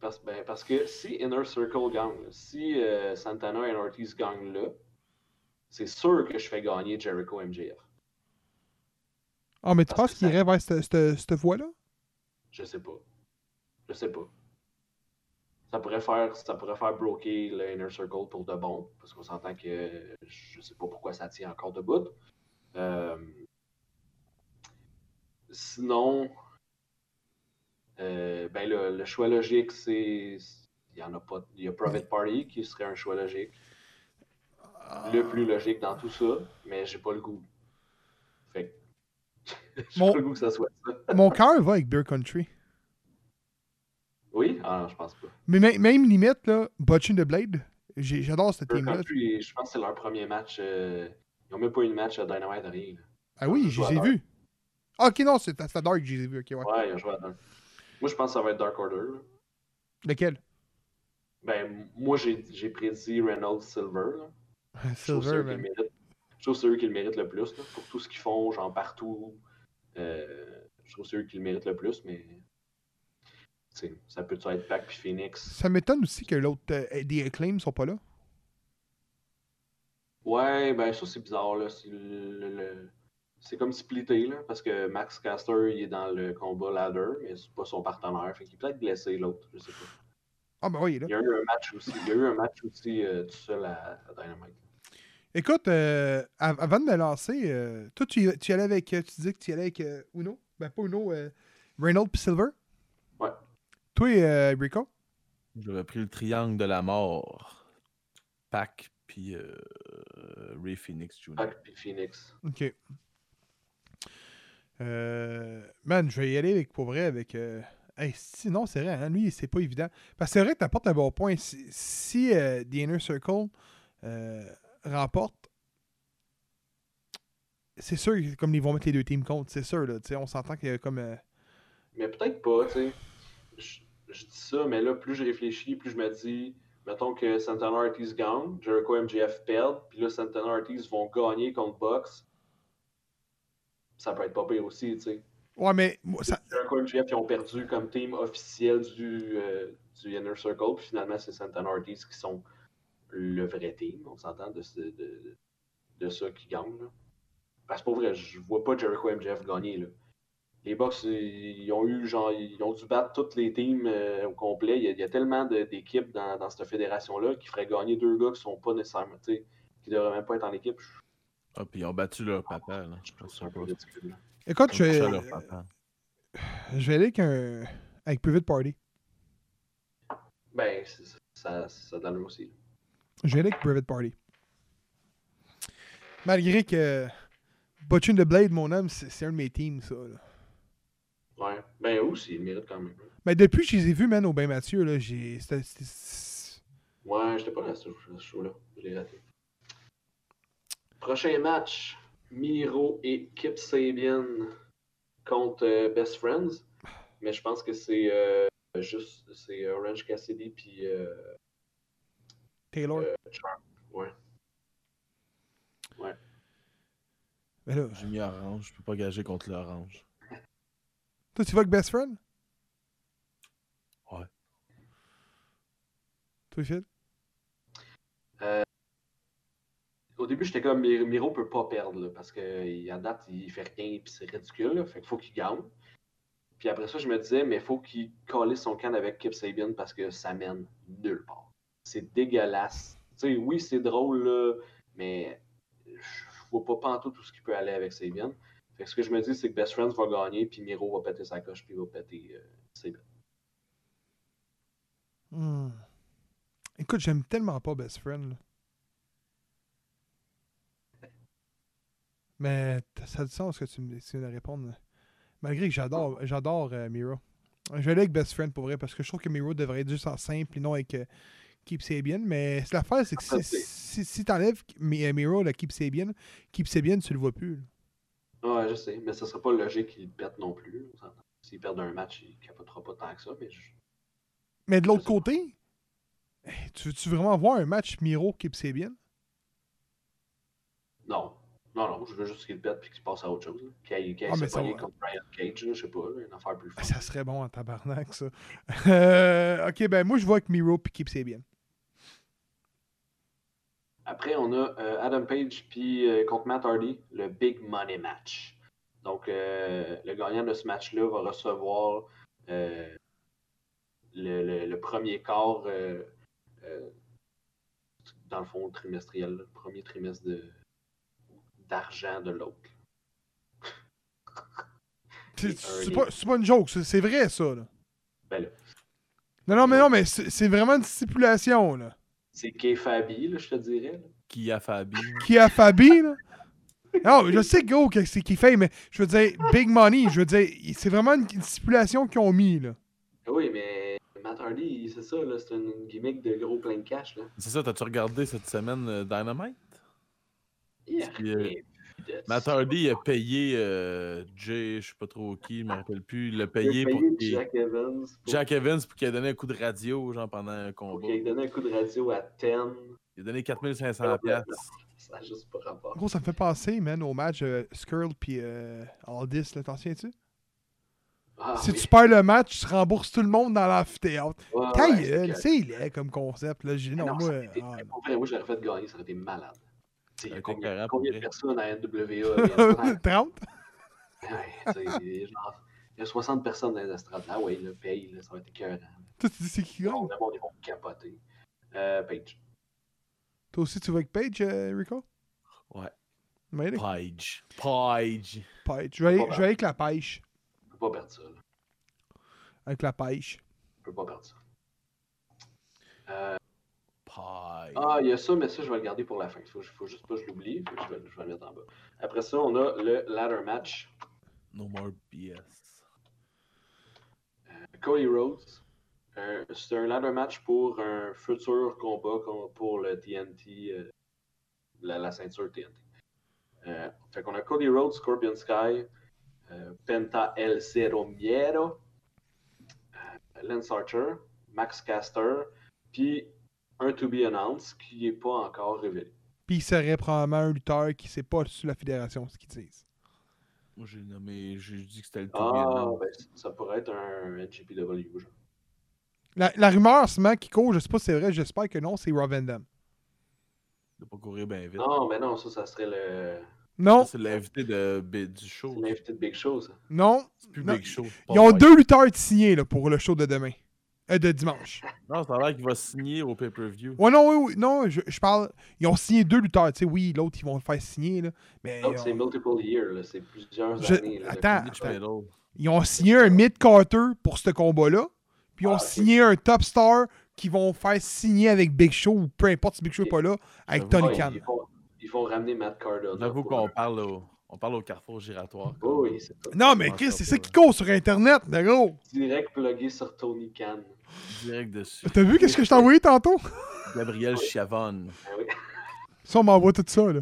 Speaker 1: parce, ben, parce que si Inner Circle gagne, là, si euh, Santana et Ortiz gagnent là, c'est sûr que je fais gagner Jericho MJF.
Speaker 2: Ah, mais tu
Speaker 1: Parce
Speaker 2: penses
Speaker 1: que
Speaker 2: qu'il
Speaker 1: ça-
Speaker 2: irait vers cette, cette, cette voie-là
Speaker 1: Je sais pas. Je sais pas. Ça pourrait faire, ça pourrait faire broker le Inner Circle pour de bon, parce qu'on s'entend que je sais pas pourquoi ça tient encore debout. Euh, sinon, euh, ben le, le choix logique, c'est. Il y en a pas. Il y a Private Party qui serait un choix logique. Le plus logique dans tout ça, mais j'ai pas le goût. Fait que- j'ai
Speaker 2: Mon-
Speaker 1: pas le goût que ça soit ça.
Speaker 2: Mon cœur va avec Beer Country.
Speaker 1: Oui? Ah non, je pense pas.
Speaker 2: Mais mê- même limite, là, Butcher the Blade, j'ai- j'adore cette
Speaker 1: Peu
Speaker 2: team-là.
Speaker 1: Country, je pense que c'est leur premier match. euh, ils ont même pas eu de match à Dynamite, rien. là.
Speaker 2: Ah oui,
Speaker 1: Je
Speaker 2: je
Speaker 1: joue
Speaker 2: les ai
Speaker 1: à
Speaker 2: vus. Ah, ok, non, c'est à Dark que je les ai vus. Ok, ouais.
Speaker 1: Ouais, ils ont joué à Dark. Moi, je pense que ça va être Dark Order. là.
Speaker 2: Lequel
Speaker 1: Ben, m- moi, j'ai j'ai prédit Reynolds Silver. là. Je trouve que c'est
Speaker 2: Silver,
Speaker 1: eux qui le
Speaker 2: man.
Speaker 1: méritent. Je trouve que c'est eux qui le méritent le plus. là, pour tout ce qu'ils font, genre partout. Euh, je trouve que c'est eux qui le méritent le plus, mais. tu sais, Ça peut être Pac puis Phoenix.
Speaker 2: Ça m'étonne aussi que l'autre, euh, des Acclaim sont pas là.
Speaker 1: Ouais, ben ça c'est bizarre là. C'est le- le- le- c'est comme splitté là, parce que Max Caster il est dans le combat ladder, mais c'est pas son partenaire. Fait qu'il est peut-être blessé l'autre, je sais pas.
Speaker 2: Ah, ben oui, il est là.
Speaker 1: Il y a eu un match aussi, il y a eu un match aussi euh, tout seul à, à Dynamite.
Speaker 2: Écoute, euh, av- avant de me lancer, euh, toi, tu, y- tu y allais avec. euh, Tu disais que tu y allais avec euh, Uno. Ben, pas Uno, euh, Reynolds puis Silver.
Speaker 1: Ouais.
Speaker 2: Toi, euh, Rico.
Speaker 4: J'aurais pris le triangle de la mort. Pac, puis euh, Ray Phoenix Jr.
Speaker 1: Pac puis Phoenix.
Speaker 2: Ok. Euh, man, je vais y aller avec, pour vrai avec. euh, hey, si, non, c'est vrai, hein, lui, c'est pas évident. Parce que c'est vrai que t'apportes un bon point. Si, si, euh, The Inner Circle euh, remporte, c'est sûr, que comme ils vont mettre les deux teams contre, c'est sûr, là. tu sais, On s'entend qu'il y a comme. euh,
Speaker 1: Mais peut-être pas, tu sais. Je, je dis ça, mais là, plus je réfléchis, plus je me dis, mettons que Santana Ortiz gagne, Jericho MJF perd, puis là, Santana Ortiz vont gagner contre Box. Ça peut être pas pire aussi, tu sais.
Speaker 2: Ouais, mais moi, ça,
Speaker 1: Jericho et MJF ils ont perdu comme team officiel du, euh, du Inner Circle. Puis finalement, c'est Santana Ortiz qui sont le vrai team, on s'entend, de, ce- de, de ça qui gagne. là. Parce que pour vrai, je vois pas Jericho et MJF gagner. Là. Les Bucks, ils ils ont eu genre, ils ont dû battre toutes les teams euh, au complet. Il y a, il y a tellement de- d'équipes dans, dans cette fédération-là qui ferait gagner deux gars qui sont pas nécessairement, tu sais, qui devraient même pas être en équipe. Je
Speaker 4: Ah, puis ils ont battu leur papa, là. Je
Speaker 1: trouve
Speaker 4: pense
Speaker 1: ça un peu
Speaker 4: Ils ont
Speaker 1: ridicule. là.
Speaker 2: Écoute, je,
Speaker 4: touché à
Speaker 2: vais-
Speaker 4: leur papa.
Speaker 2: je vais aller avec, un, avec Plus Vite Party.
Speaker 1: Ben, c'est- ça, ça donne le aussi. là.
Speaker 2: Je vais aller avec Private Party. Malgré que Botching the Blade, mon homme, c'est c'est un de mes teams, ça. là.
Speaker 1: Ouais. Ben, aussi, il mérite quand même. hein. là.
Speaker 2: Mais depuis que je les ai vus, man, au Bain Mathieu, là, j'ai. c'était- c'était-
Speaker 1: Ouais, j'étais pas là à ce ce show-là. Je l'ai raté. Prochain match. Miro et Kip Sabian contre euh, Best Friends. Mais je pense que c'est euh, juste c'est euh, Orange Cassidy puis euh,
Speaker 2: Taylor.
Speaker 1: euh, Charm. Ouais.
Speaker 2: Mais là,
Speaker 4: J'ai mis orange, je peux pas gager contre l'orange.
Speaker 2: toi, tu vas avec Best Friend
Speaker 4: Ouais.
Speaker 2: Toi, Phil
Speaker 1: Au début, j'étais comme Mi- Miro peut pas perdre là, parce qu'à date, il fait rien puis c'est ridicule. là. fait qu'il faut qu'il gagne. Puis après ça, je me disais, mais faut qu'il calisse son can avec Kip Sabian parce que ça mène nulle part. C'est dégueulasse. Tu sais, oui, c'est drôle, là, mais je je vois pas pantoute tout ce qui peut aller avec Sabian. Fait que ce que je me dis, c'est que Best Friends va gagner, puis Miro va péter sa coche, puis il va péter euh, Sabian.
Speaker 2: Hmm. Écoute, j'aime tellement pas Best Friend. là. Mais t- ça a du sens que tu me tu viens de répondre. là. Malgré que j'adore j'adore euh, Miro. Je vais aller avec Best Friend pour vrai parce que je trouve que Miro devrait être juste en simple et non avec euh, Keep Sabian. Mais c'est l'affaire, c'est que si,
Speaker 1: c'est-
Speaker 2: si, si t'enlèves Mi- euh, Miro, le Keep Sabian, Keep Sabian, tu le vois plus. là.
Speaker 1: Ouais, je sais, mais ce serait pas logique qu'il le pète non plus. on s'entend. S'il perd un match, il capotera pas tant que ça, mais je-
Speaker 2: Mais de l'autre
Speaker 1: Je sais pas.
Speaker 2: côté, hey, tu veux-tu vraiment voir un match Miro-Keep Sabian?
Speaker 1: Non. Non, non, je veux juste qu'il le pète puis qu'il passe à autre chose. là. Qu'il aille- qu'il
Speaker 2: Ah,
Speaker 1: aille
Speaker 2: mais
Speaker 1: se
Speaker 2: ça
Speaker 1: pogner
Speaker 2: va.
Speaker 1: contre Brian Cage, là, je sais pas, là, une affaire plus
Speaker 2: Ah,
Speaker 1: forte.
Speaker 2: Ça serait bon en tabarnak, ça. Euh, ok, ben moi, je vois que Miro puis Keep Sabian.
Speaker 1: Après, on a euh, Adam Page puis euh, contre Matt Hardy, le Big Money Match. Donc, euh, le gagnant de ce match-là va recevoir euh, le, le- le premier quart, euh, euh, dans le fond, trimestriel, là, le premier trimestre de- d'argent de, l'autre.
Speaker 2: C'est-
Speaker 1: Hardy.
Speaker 2: C'est pas, c'est pas une joke, c'est c'est vrai, ça. Là.
Speaker 1: Ben là,
Speaker 2: Non, non, mais non, mais c'est c'est vraiment une stipulation, là.
Speaker 1: c'est Kay Fabi, là, je te dirais. là.
Speaker 4: Qui a Fabi?
Speaker 2: Qui a Fabi, là. Non, je sais, gros, que c'est qui fait, mais je veux dire, Big Money, je veux dire, c'est vraiment une, une stipulation qu'ils ont mis, là.
Speaker 1: Ah Oui, mais Matt Hardy, c'est ça, là, c'est une gimmick de gros plein de cash. Là.
Speaker 4: C'est ça, t'as-tu regardé cette semaine euh, Dynamite?
Speaker 1: Il a
Speaker 4: Puis, euh,
Speaker 1: rien vu de
Speaker 4: Matt
Speaker 1: ça.
Speaker 4: Hardy il a payé euh, Jay, je sais pas trop qui, je me rappelle plus, il l'a
Speaker 1: Il a
Speaker 4: payé, pour
Speaker 1: payé
Speaker 4: qu'il-
Speaker 1: Jack Evans pour,
Speaker 4: Jack Evans pour qu'il ait donné un coup de radio genre pendant un
Speaker 1: pour
Speaker 4: combat.
Speaker 1: qu'il ait donné un coup de radio à 10.
Speaker 4: Il a donné 4500 pièces.
Speaker 1: Ça n'a juste pas rapport.
Speaker 2: Gros, ça me fait penser, man, au match euh, Skrull puis euh, Aldis, là, t'en souviens-tu?
Speaker 1: Ah,
Speaker 2: si
Speaker 1: oui.
Speaker 2: tu perds le match, tu rembourses tout le monde dans l'amphithéâtre.
Speaker 1: Ouais, ouais,
Speaker 2: Ta
Speaker 1: c'est
Speaker 2: gueule,
Speaker 1: correct.
Speaker 2: c'est laid comme concept. Là. J'ai-
Speaker 1: Mais
Speaker 2: Non,
Speaker 1: non,
Speaker 2: moi,
Speaker 1: ça aurait été-
Speaker 2: ah,
Speaker 1: pour vrai, moi, j'aurais fait gagner, ça aurait été malade. Tu sais, Il y a
Speaker 4: Ça aurait été
Speaker 1: combien,
Speaker 4: carré,
Speaker 1: combien
Speaker 4: pour
Speaker 1: de
Speaker 4: vrai.
Speaker 1: personnes à NWA?
Speaker 2: 30?
Speaker 1: Il y a 60 personnes dans les estrades. Ah ouais, le paye, là, ça aurait été cœur.
Speaker 2: Toi, tu dis c'est qui
Speaker 1: Le
Speaker 2: gagne?
Speaker 1: monde, ils vont capoter. Euh, Page.
Speaker 2: Toi aussi, tu vas avec Paige, euh, Rico?
Speaker 4: Ouais.
Speaker 2: Mais avec
Speaker 4: Page. Page.
Speaker 2: Paige. Je vais, aller,
Speaker 1: Pas mal.
Speaker 2: je vais avec la pêche.
Speaker 1: Je peux pas perdre ça. là.
Speaker 2: Avec la pêche.
Speaker 1: Je peux pas perdre ça.
Speaker 4: Page.
Speaker 1: Ah, il y a ça, mais ça, je vais le garder pour la fin. Faut, faut juste pas que je l'oublie. Fait que Je vais, je vais le mettre en bas. Après ça, on a le ladder match.
Speaker 4: No more BS.
Speaker 1: Cody Rhodes. Euh, c'est un ladder match pour un futur combat con- pour le TNT, euh, la, la ceinture TNT. Euh, fait qu'on a Cody Rhodes, Scorpion Sky, euh, Penta El Cero Miedo, euh, Lance Archer, Max Caster, puis un to be announced qui n'est pas encore révélé.
Speaker 2: Puis il serait probablement un lutteur qui sait pas sur la fédération ce qu'ils disent.
Speaker 4: Moi j'ai nommé, j'ai dit que c'était le
Speaker 1: Ah,
Speaker 4: tout
Speaker 1: ben, ça pourrait être un NGPW, genre.
Speaker 2: La, la rumeur, ce moment qui court, je sais pas si c'est vrai, j'espère que non, c'est Rob Van Dam.
Speaker 4: De pas courir bien vite.
Speaker 1: Non, mais non, ça, ça serait le.
Speaker 4: Ça,
Speaker 2: Non,
Speaker 4: C'est l'invité de, B- du
Speaker 1: c'est
Speaker 4: show.
Speaker 1: l'invité de Big Show, ça.
Speaker 2: non.
Speaker 4: C'est plus
Speaker 2: Non.
Speaker 4: Big Show. c'est pas
Speaker 2: Ils ont
Speaker 4: vrai.
Speaker 2: deux lutteurs de signés là, pour le show de demain. Euh, de dimanche.
Speaker 4: Non, ça a l'air qu'il va signer au pay-per-view.
Speaker 2: Ouais, non, oui, oui, non, je, je parle. Ils ont signé deux lutteurs. Tu sais, oui, l'autre, ils vont le faire signer. Là, mais
Speaker 1: Donc, c'est
Speaker 2: on-
Speaker 1: multiple years, là, c'est plusieurs
Speaker 2: Je-
Speaker 1: années. là, de
Speaker 2: attends,
Speaker 4: Mitch
Speaker 1: contrat.
Speaker 2: attends.
Speaker 4: Battle.
Speaker 2: ils ont signé un mid-carter pour ce combat-là. Puis ils ont
Speaker 1: Ah, ok.
Speaker 2: signé un top star qu'ils vont faire signer avec Big Show ou peu importe si Big Show n'est pas là, avec
Speaker 4: J'avoue,
Speaker 2: Tony
Speaker 1: Ah, Ouais,
Speaker 2: Khan.
Speaker 1: ils, vont, ils vont ramener Matt Cardona.
Speaker 4: J'avoue
Speaker 1: pour
Speaker 4: qu'on
Speaker 1: un-
Speaker 4: parle au, on parle au carrefour giratoire.
Speaker 1: Oh, oui, c'est ça.
Speaker 2: Non, mais
Speaker 4: Ouais,
Speaker 2: Chris,
Speaker 4: ça
Speaker 2: c'est
Speaker 4: peut,
Speaker 2: ça qui court sur Internet, le gros.
Speaker 1: Direct plugué sur Tony Khan.
Speaker 4: Direct dessus.
Speaker 2: T'as vu qu'est-ce que je t'ai envoyé tantôt?
Speaker 4: Gabriel Chavonne.
Speaker 1: Ah oui.
Speaker 2: Ça, on m'envoie tout ça, là.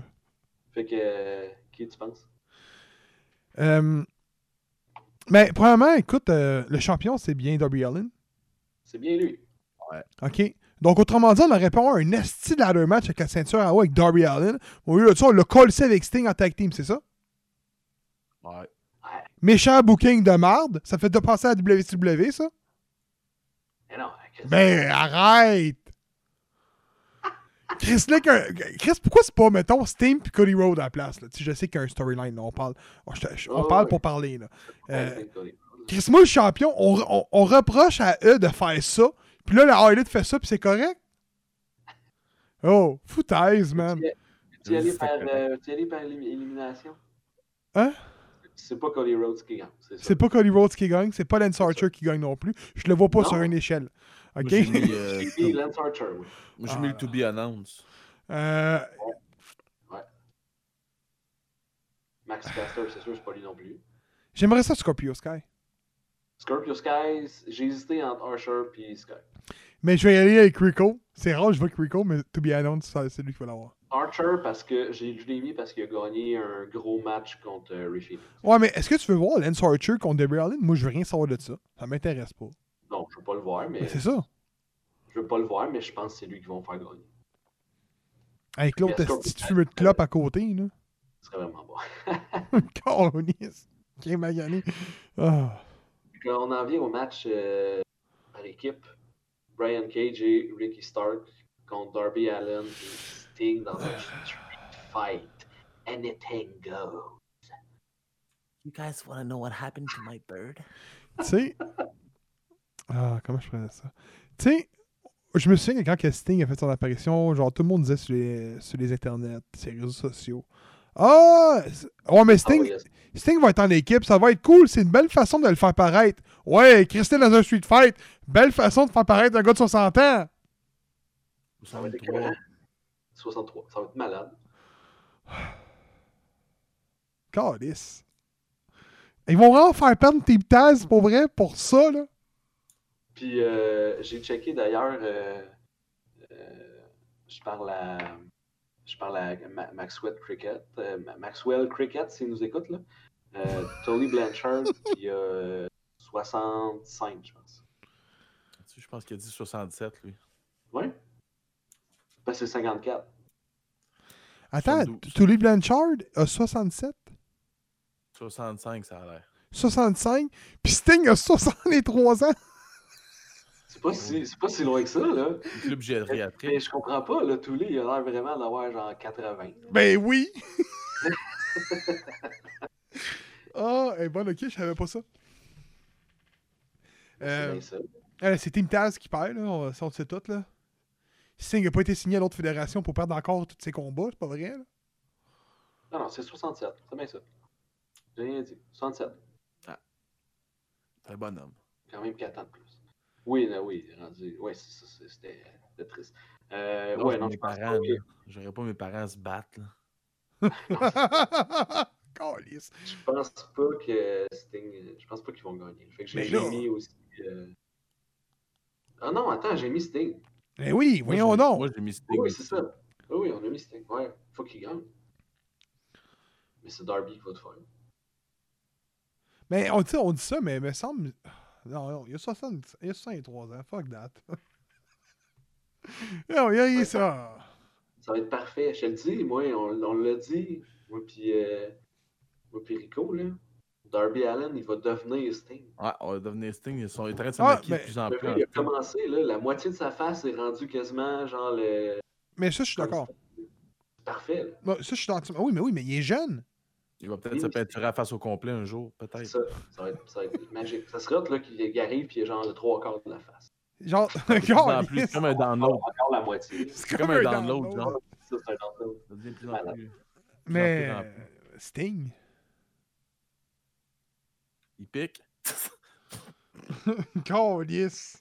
Speaker 1: Fait que, euh, qui tu penses?
Speaker 2: Euh, Mais premièrement, écoute, euh, le champion, c'est bien Darby Allen.
Speaker 1: C'est bien lui.
Speaker 2: OK? Donc, autrement dit, on aurait pas eu un esti de ladder match avec la ceinture en haut avec Darby Allen. Au lieu de ça, on l'a collé avec Sting en tag team, c'est ça?
Speaker 4: Ouais.
Speaker 2: Méchant booking de marde. Ça fait de penser à WCW, ça?
Speaker 1: Mais Eh non, Chris,
Speaker 2: Ben, arrête! Chris, là, qu'un- Chris, pourquoi c'est pas, mettons, Steam puis Cody Rhodes à la place? Là? Tu sais, Je sais qu'il y a un storyline, là, on parle, on, je- je- on
Speaker 1: Ouais,
Speaker 2: parle
Speaker 1: ouais.
Speaker 2: pour parler. Là.
Speaker 1: c'est
Speaker 2: Euh,
Speaker 1: Nick Cody.
Speaker 2: Chris, moi, le champion, on, on- on reproche à eux de faire ça, puis là, la Highlight fait ça, puis c'est correct? Oh, foutaise, man!
Speaker 1: Tu y allais
Speaker 4: c'est
Speaker 1: par,
Speaker 4: correct.
Speaker 1: euh, tu y allais par élim- élimination?
Speaker 2: Hein?
Speaker 1: C'est pas Cody Rhodes qui gagne, c'est ça.
Speaker 2: C'est pas Cody Rhodes qui gagne, c'est pas Lance Archer qui gagne non plus. Je le vois pas
Speaker 1: Non.
Speaker 2: sur une échelle. OK?
Speaker 4: Moi, j'ai mis, euh,
Speaker 1: Puis Lance Archer, oui.
Speaker 4: moi, j'ai mis le
Speaker 1: Ah.
Speaker 4: To Be Announced.
Speaker 2: Euh,
Speaker 1: Max Caster, c'est sûr, c'est pas lui non plus.
Speaker 2: J'aimerais ça, Scorpio Sky.
Speaker 1: Scorpio Sky, j'ai hésité entre Archer puis Sky.
Speaker 2: Mais je vais y aller avec Rico. C'est rare, je vois que Rico, mais to be announced, ça, c'est lui qui va l'avoir.
Speaker 1: Archer, parce que j'ai- je l'ai mis parce qu'il a gagné un gros match contre euh, Ray Phoenix.
Speaker 2: Ouais, mais est-ce que tu veux voir Lance Archer contre Debbie Allen? Moi, je veux rien savoir de ça. Ça m'intéresse pas.
Speaker 1: Non, je veux pas le voir, mais
Speaker 2: Mais c'est ça.
Speaker 1: je veux pas le voir, mais je pense que c'est lui qui vont faire gagner.
Speaker 2: Avec l'autre
Speaker 1: Mais est-ce qu'on-
Speaker 2: petite fumée de clope à côté, là.
Speaker 1: Ce serait vraiment bon.
Speaker 2: Calonis. Qui est magané. Ah.
Speaker 1: Puis là, on en vient au match euh, par équipe. Brian Cage et Ricky Stark contre Darby Allen et Sting dans un street fight. Anything goes.
Speaker 5: You guys want to know what happened to my bird?
Speaker 2: Tu sais. Ah, comment je prenais ça? Tu sais, je me souviens que quand que Sting a fait son apparition, genre tout le monde disait sur les, sur les internets, sur les réseaux sociaux. Ah! c'est- Ouais, mais Sting,
Speaker 1: Ah oui, c'est-
Speaker 2: Sting va être en équipe, ça va être cool, c'est une belle façon de le faire paraître. Ouais, Christine dans un street fight, belle façon de faire paraître un gars de 60 ans.
Speaker 1: ça va être
Speaker 4: 63.
Speaker 1: écœurant. 63. Ça va être malade.
Speaker 2: Calice. Ils vont vraiment faire perdre tes tases pour vrai, pour ça, là.
Speaker 1: Puis euh, j'ai checké d'ailleurs, euh, euh, je parle à, je parle à Ma- Maxwell Cricket. euh, Ma- Maxwell Cricket, s'il nous écoute, là. Euh, Tony Blanchard, qui a 65, je pense.
Speaker 4: Tu sais, Je pense qu'il a dit 67, lui.
Speaker 1: Ouais. Ben, c'est 54.
Speaker 2: Attends,
Speaker 4: 72.
Speaker 2: Tully Blanchard a 67,
Speaker 4: 65, ça a l'air.
Speaker 2: 65, puis Sting a 63 ans.
Speaker 1: C'est pas, si, c'est pas si loin que ça, là.
Speaker 4: Le club
Speaker 1: Mais
Speaker 4: gériatrique.
Speaker 1: je comprends pas, là, Toulé, il a l'air vraiment d'avoir genre 80.
Speaker 2: Ben oui! Ah, eh bon, ok, je savais pas ça.
Speaker 1: C'est
Speaker 2: Euh,
Speaker 1: bien ça.
Speaker 2: Euh, c'est Team Taz qui perd, là, on, ça, on le sait tout, là. Sting n'a pas été signé à l'autre fédération pour perdre encore tous ses combats, c'est pas vrai, là.
Speaker 1: Non, non, c'est 67. C'est bien ça. J'ai rien dit. 67.
Speaker 4: C'est un bonhomme.
Speaker 1: Quand même 4 ans de plus. Oui, là, oui, rendu. Oui, c'est- c'est- c'est- c'était c'était triste. Euh,
Speaker 4: Non,
Speaker 1: ouais,
Speaker 4: c'est
Speaker 1: non,
Speaker 4: mes
Speaker 1: je pense
Speaker 4: parents,
Speaker 1: pas que-
Speaker 4: là. J'aurais pas mes parents se battre. là.
Speaker 2: Calisse.
Speaker 1: je pense pas que Sting. euh, Je pense pas qu'ils vont gagner. Fait que j'ai
Speaker 2: Mais
Speaker 1: j'ai
Speaker 2: là-
Speaker 1: mis aussi. euh, Ah non, attends, j'ai mis Sting.
Speaker 2: Eh oui,
Speaker 4: Moi,
Speaker 2: voyons
Speaker 4: j'ai-
Speaker 2: donc.
Speaker 4: Moi, j'ai mis
Speaker 1: Oui,
Speaker 4: Sting.
Speaker 1: c'est ça. Oui, oui, on a mis Sting. Ouais, faut qu'il gagne. Mais c'est Darby qui va te faire.
Speaker 2: Mais on, tu sais, on dit ça, mais me semble. Non, non, il a, 60, il a 63 ans, fuck that. non, il a rien ça.
Speaker 1: Ça va être parfait. Je te le dis, moi, on, on l'a dit. Moi, puis euh, moi, puis Rico, là. Darby Allen, il va devenir Sting.
Speaker 4: Ouais, Ah, on va devenir Sting. Ils sont en train de se
Speaker 2: Ah,
Speaker 4: maquiller
Speaker 2: mais-
Speaker 4: de plus en
Speaker 1: Le
Speaker 4: plus.
Speaker 1: gars, Ben il a commencé, là, la moitié de sa face est rendue quasiment genre le.
Speaker 2: Mais ça, je suis d'accord.
Speaker 1: Parfait. là.
Speaker 2: Bon, ça, je suis gentil. Ah oui, mais oui, mais il est jeune.
Speaker 4: Il va peut-être se peinturer à face au complet un jour, peut-être.
Speaker 1: Ça, ça, va être, ça va être magique. Ça serait hot, là qu'il y arrive puis il est genre le trois quarts de la face.
Speaker 2: Genre,
Speaker 4: en
Speaker 2: regarde,
Speaker 4: plus,
Speaker 2: yes,
Speaker 4: c'est comme un download.
Speaker 1: Encore la moitié. Ça,
Speaker 4: C'est comme un download, genre.
Speaker 1: c'est un download.
Speaker 4: Ça devient de plus en plus-
Speaker 2: Mais
Speaker 4: Genre, t'es
Speaker 2: Sting.
Speaker 4: Il pique.
Speaker 2: Calice.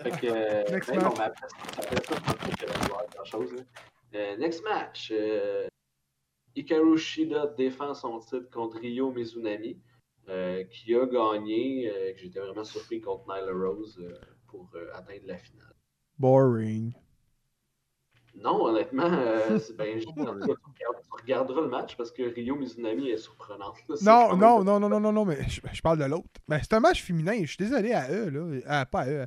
Speaker 1: Fait que, euh,
Speaker 2: Next
Speaker 1: ben non,
Speaker 2: match.
Speaker 1: mais après, ça fait pas tant que la gloire, grand chose, là. Euh, next match. euh, Hikaru Shida défend son titre contre Ryo Mizunami, euh, qui a gagné, euh, que j'étais vraiment surpris contre Nyla Rose euh, pour euh, atteindre la finale.
Speaker 2: Boring.
Speaker 1: Non, honnêtement, euh, c'est- ben, je- en tout cas, tu, regardes- tu regarderas le match parce que Ryo Mizunami est surprenante. là. C'est
Speaker 2: Non,
Speaker 1: comme-
Speaker 2: non, non, non, non, non, non, mais je, je parle de l'autre. Mais c'est un match féminin, je suis désolé à eux, là. À, pas à eux.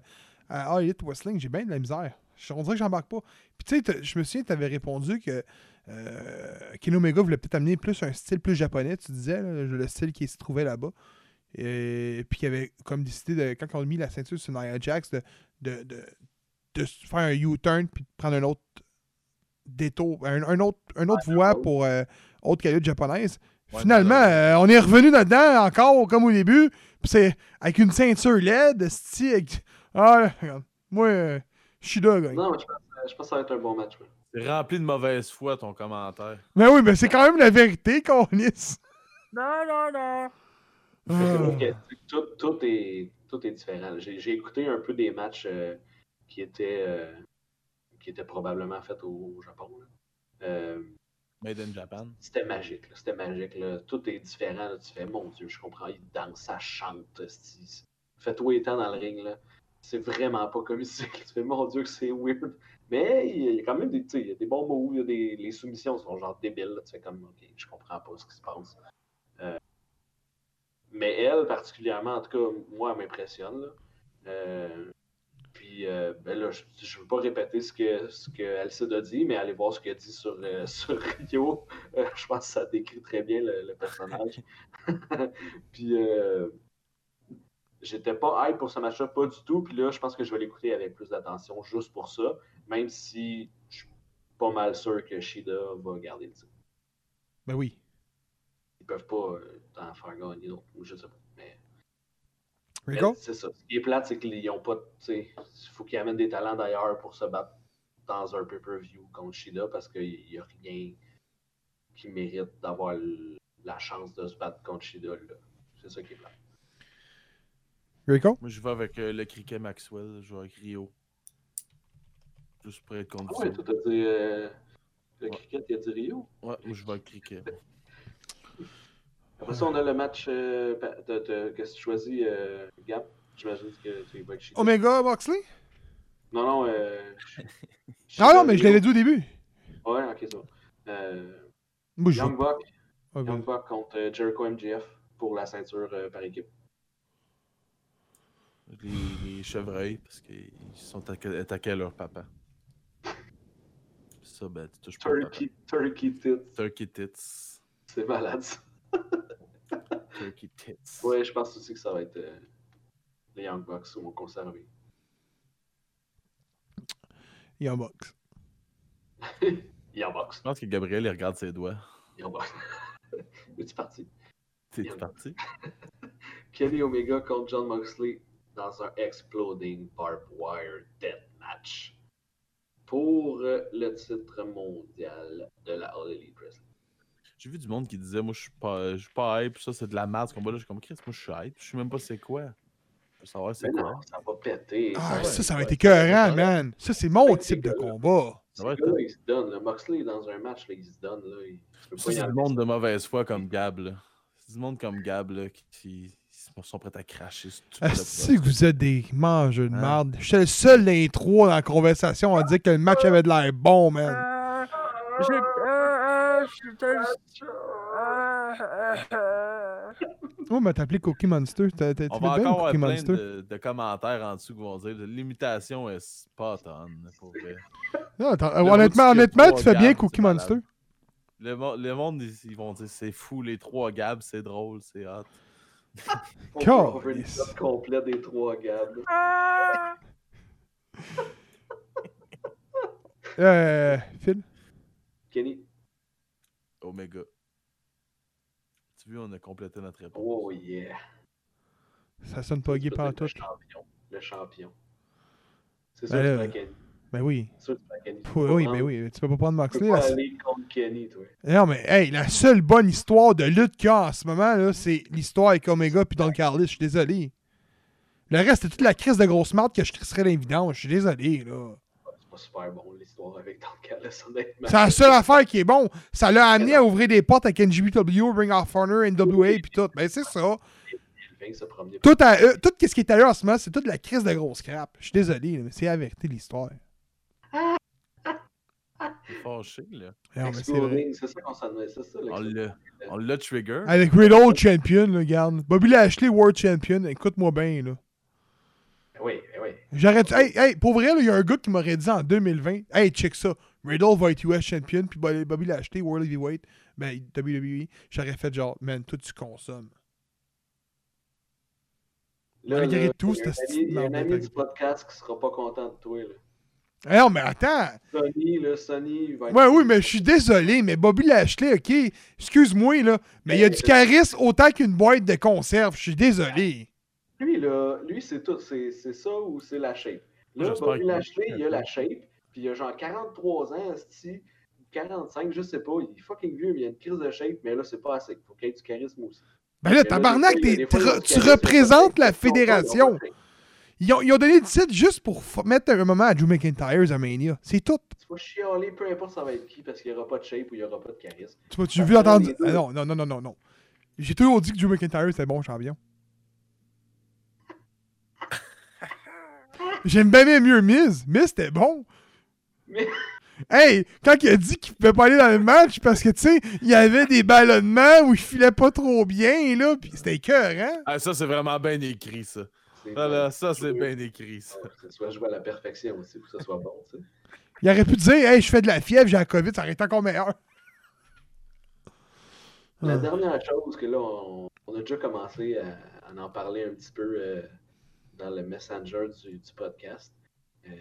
Speaker 2: À All Elite Wrestling, j'ai bien de la misère. Je- on dirait que j'embarque pas. Puis tu sais, t'as- je me souviens, tu avais répondu que euh, Kenny Omega voulait peut-être amener plus un style plus japonais, tu disais, là, le style qui se trouvait là-bas. Et puis qu'il avait comme décidé, de, quand ils ont mis la ceinture sur Nia Jax, de, de, de, de s- faire un U-turn puis de prendre un autre détour, un, un autre, un autre voie pour euh, autre que la lutte japonaise.
Speaker 4: Ouais,
Speaker 2: Finalement,
Speaker 4: mais
Speaker 2: euh, on est revenu là-dedans encore comme au début. Puis c'est avec une ceinture LED, sti, avec- Ah, là, regarde. Moi, euh, je suis là, gars.
Speaker 1: Non, mais je pense, euh, je pense que ça va être un bon match. ouais.
Speaker 4: C'est rempli de mauvaise foi, ton commentaire.
Speaker 2: Mais Ben oui, mais c'est quand même la vérité qu'on lisse.
Speaker 5: Non, non, non.
Speaker 1: Mais c'est
Speaker 2: Ah.
Speaker 1: vrai que tout, tout est, tout est différent. J'ai j'ai écouté un peu des matchs euh, qui, étaient, euh, qui étaient probablement faits au, au Japon. là. Euh,
Speaker 4: Made in Japan.
Speaker 1: C'était magique, là. c'était magique. Là. Tout est différent. là. Tu fais, mon Dieu, je comprends. Il danse, ça chante. esti. Fais-toi étant dans le ring. là. C'est vraiment pas comme ici. Tu fais, mon Dieu, que c'est weird. Mais il y a- il y a quand même des, tu sais, il y a des bons mots. Il y a des, les soumissions sont genre débiles. là. Tu fais comme, ok, je comprends pas ce qui se passe. Euh, mais elle, particulièrement, en tout cas, moi, elle m'impressionne. là. Euh, puis euh, ben là, je ne veux pas répéter ce que, ce que Alcide a dit, mais allez voir ce qu'il a dit sur, euh, sur Rio. Euh, je pense que ça décrit très bien le, le personnage. puis, euh, j'étais pas hype pour ce match-là, pas du tout. Puis là, je pense que je vais l'écouter avec plus d'attention juste pour ça, même si je suis pas mal sûr que Shida va garder le titre.
Speaker 2: Ben oui.
Speaker 1: Ils peuvent pas euh, en faire gagner d'autres, ou je sais pas. Mais, mais
Speaker 2: Rico?
Speaker 1: c'est ça. Ce qui est plate, c'est qu'ils ont pas. de- tu sais, Il faut qu'ils amènent des talents d'ailleurs pour se battre dans un pay-per-view contre Shida parce qu'il n'y a rien qui mérite d'avoir l- la chance de se battre contre Shida. là. C'est ça qui est plate.
Speaker 2: Rico?
Speaker 4: Moi, je vais avec euh, le criquet Maxwell. Je vais avec Rio. Juste pour être
Speaker 1: Ah
Speaker 4: condition.
Speaker 1: ouais, toi t'as dit euh, le
Speaker 4: Ouais.
Speaker 1: cricket, il a dit Rio.
Speaker 4: Ouais, moi, je vais avec criquet.
Speaker 1: Après ça, on a le match euh, pa- de- de- que tu choisis, euh, Gap. J'imagine que tu y vas avec Shida.
Speaker 2: Omega Boxley?
Speaker 1: Non, non. Euh, Shida,
Speaker 2: Ah non, mais je
Speaker 1: Rio.
Speaker 2: l'avais dit au début.
Speaker 1: Ouais, ok, c'est bon. Euh,
Speaker 2: Moi, je
Speaker 1: Young Buck,
Speaker 2: Ah, ben.
Speaker 1: Young Buck contre euh, Jericho MGF pour la ceinture euh, par équipe.
Speaker 4: Les, les chevreuils, parce qu'ils sont atta- attaqués à leur papa. Ça, ben, tu touches pas au papa.
Speaker 1: Turkey, Turkey Tits.
Speaker 4: Turkey tits.
Speaker 1: C'est malade, ça.
Speaker 4: Turkey tits.
Speaker 1: Ouais, je pense aussi que ça va être euh, les Young Bucks qui vont conserver.
Speaker 2: Young Bucks.
Speaker 1: Young Bucks.
Speaker 4: Je pense que Gabriel, il regarde ses doigts.
Speaker 1: Young Bucks. Es-tu parti?
Speaker 4: T'es
Speaker 1: Bien.
Speaker 4: parti.
Speaker 1: Kenny Omega contre John Moxley dans un Exploding Barbed Wire Death Match pour euh, le titre mondial de la All Elite Wrestling.
Speaker 4: J'ai vu du monde qui disait, moi, je suis pas, je suis pas hype, ça, c'est de la merde, ce combat-là. Je suis comme, Chris, moi, je suis hype. Je sais même pas c'est quoi. Je veux savoir c'est
Speaker 1: Mais
Speaker 4: quoi.
Speaker 1: non, ça va péter.
Speaker 2: Ah,
Speaker 1: va-
Speaker 2: ça, ça va
Speaker 1: ouais.
Speaker 2: être écœurant, man. Ça, c'est mon type de combat.
Speaker 1: Ce
Speaker 4: Ouais,
Speaker 1: gars-là, il se donne. là. Moxley, dans un match, là, il se donne. Là. Il... tu peux
Speaker 4: Ça,
Speaker 1: pas y
Speaker 4: c'est du
Speaker 1: aller.
Speaker 4: monde de mauvaise foi comme Gab, là. C'est du monde comme Gab, là, qui, qui sont prêts à cracher sur tout le
Speaker 2: Est-ce Ah, que
Speaker 4: pot.
Speaker 2: vous êtes des mangeux de
Speaker 4: Hein?
Speaker 2: merde? J'étais le seul des trois dans la conversation à dire que le match avait de l'air bon, man.
Speaker 5: Euh, j'ai- euh, euh, je te le- euh, euh,
Speaker 2: Oh, mais t'appelais Cookie Monster. T'as t'as- t'as fait
Speaker 4: On va
Speaker 2: bien,
Speaker 4: encore avoir
Speaker 2: Cookie
Speaker 4: plein
Speaker 2: Monster.
Speaker 4: de, de commentaires en dessous qui vont dire l'imitation est spot on. Pour vrai.
Speaker 2: Non, attends, euh,
Speaker 4: Le
Speaker 2: honnêtement,
Speaker 4: road trip
Speaker 2: honnêtement,
Speaker 4: trois
Speaker 2: tu fais bien
Speaker 4: gammes,
Speaker 2: Cookie
Speaker 4: c'est malade.
Speaker 2: Monster.
Speaker 4: Le, mo- le monde, ils, ils vont dire c'est fou, les trois Gab, c'est drôle, c'est hot.
Speaker 1: On peut- on
Speaker 2: Calisse.
Speaker 1: veut l'épisode complet des trois Gab.
Speaker 5: euh.
Speaker 2: Euh, Phil.
Speaker 1: Kenny,
Speaker 4: Omega. Tu vois, on a complété notre réponse.
Speaker 1: Oh yeah.
Speaker 2: Ça sonne pas gay par
Speaker 1: Le
Speaker 2: tout.
Speaker 1: champion. Le champion.
Speaker 2: Ben
Speaker 1: C'est sûr que tu
Speaker 2: là,
Speaker 1: prends Kenny.
Speaker 2: Ben oui.
Speaker 1: C'est sûr que tu prends Kenny. Tu peux
Speaker 2: Oui,
Speaker 1: pas
Speaker 2: oui,
Speaker 1: prendre-
Speaker 2: ben oui. Tu peux pas prendre
Speaker 1: Tu
Speaker 2: Moxley.
Speaker 1: peux pas
Speaker 2: là,
Speaker 1: aller contre Kenny, toi.
Speaker 2: Non, mais hey, la seule bonne histoire de lutte qu'il y a en ce moment, là, c'est l'histoire avec Omega puis Don Carlis. Je suis désolé. Le reste, c'est toute la crise de grosse marde que je crisserais l'invident. Je suis désolé, là.
Speaker 1: C'est pas super bon l'histoire avec Don Callis, honnêtement.
Speaker 2: Ben, C'est la seule affaire qui est bon. Ça l'a amené à ouvrir des portes avec NGBW, Ring of Honor, NWA puis tout. Ben, c'est ça.
Speaker 1: Il vient se promener.
Speaker 2: Tout, à, euh, tout ce qui est ailleurs en ce moment, c'est toute la crise de grosse crap. Je suis désolé, là, mais c'est la vérité de l'histoire.
Speaker 4: T'es fâché, là.
Speaker 2: Non, mais c'est vrai.
Speaker 1: Exploding, C'est ça qu'on s'en est. C'est ça.
Speaker 4: On
Speaker 1: l'explo-
Speaker 4: l'a, on l'a trigger.
Speaker 2: Avec Riddle Champion, là, garde. Bobby Lashley World Champion, écoute-moi bien, là.
Speaker 1: Ben Oui, ben oui.
Speaker 2: J'arrête. Hey, hey, pour vrai, il y a un gars qui m'aurait dit en 2020 Hey, check ça. Riddle va être US Champion, puis Bobby Bobby l'a acheté, World Heavyweight. Ben, WWE, j'aurais fait genre, man, toi tu consommes.
Speaker 1: Là,
Speaker 2: Malgré
Speaker 1: là,
Speaker 2: tout,
Speaker 1: il y a un
Speaker 2: c'était-
Speaker 1: ami- Il y a un
Speaker 2: non,
Speaker 1: ami
Speaker 2: mais-
Speaker 1: du podcast qui sera pas content de toi. Là.
Speaker 2: Eh non, mais attends
Speaker 1: Sony, là, Sony, il va être.
Speaker 2: Ouais, oui, mais je suis désolé, mais Bobby Lashley, ok, excuse-moi, là, mais
Speaker 1: Ben,
Speaker 2: il y a du charisme autant qu'une boîte de conserve, je suis désolé.
Speaker 1: Lui, là, lui, c'est tout. C'est c'est ça ou c'est la shape.
Speaker 4: Moi,
Speaker 1: Là,
Speaker 4: j'espère
Speaker 1: Bobby
Speaker 4: qu'il-
Speaker 1: Lashley, il a la shape, puis il a genre 43 ans, esti, 45, je sais pas, il est fucking vieux, mais il a une crise de shape, mais là, c'est pas assez. Faut qu'il y ait du charisme aussi.
Speaker 2: Ben là,
Speaker 1: Mais
Speaker 2: tabarnak,
Speaker 1: des fois,
Speaker 2: t'es-
Speaker 1: des fois, il y a
Speaker 2: tu
Speaker 1: du
Speaker 2: tu
Speaker 1: charisme,
Speaker 2: représentes
Speaker 1: ils
Speaker 2: la
Speaker 1: ont pas- ils ont pas de
Speaker 2: fédération.
Speaker 1: shape.
Speaker 2: Ils ont, ils ont donné le titre juste pour f- mettre un moment à Drew McIntyre à Mania. C'est tout.
Speaker 1: Tu vas chialer, peu importe ça va être qui, parce qu'il n'y aura pas de shape ou il n'y aura pas de charisme.
Speaker 2: Tu m'as-tu
Speaker 1: Parce
Speaker 2: vu
Speaker 1: que
Speaker 2: entendre.
Speaker 1: les deux-
Speaker 2: Ah non, non, non, non, non, non. J'ai toujours dit que Drew McIntyre c'était bon champion. J'aime bien bien mieux Miz. Miz c'était bon.
Speaker 1: Mais-
Speaker 2: Hey, quand il a dit qu'il pouvait pas aller dans le match parce que tu sais, il y avait des ballonnements où il filait pas trop bien là, puis c'était écœurant.
Speaker 4: Ah, ça, c'est vraiment bien écrit, ça.
Speaker 1: C'est
Speaker 4: Ah, là, ça, c'est
Speaker 1: Ouais.
Speaker 4: bien écrit, ça.
Speaker 1: Que ce soit joué à la perfection aussi, pour que ce soit bon, tu sais.
Speaker 2: Il aurait pu dire Hey, je fais de la fièvre, j'ai la COVID, ça aurait été encore meilleur.
Speaker 1: La
Speaker 2: Ah.
Speaker 1: dernière chose que là, on, on a déjà commencé à, à en parler un petit peu euh, dans le messenger du, du podcast. Euh,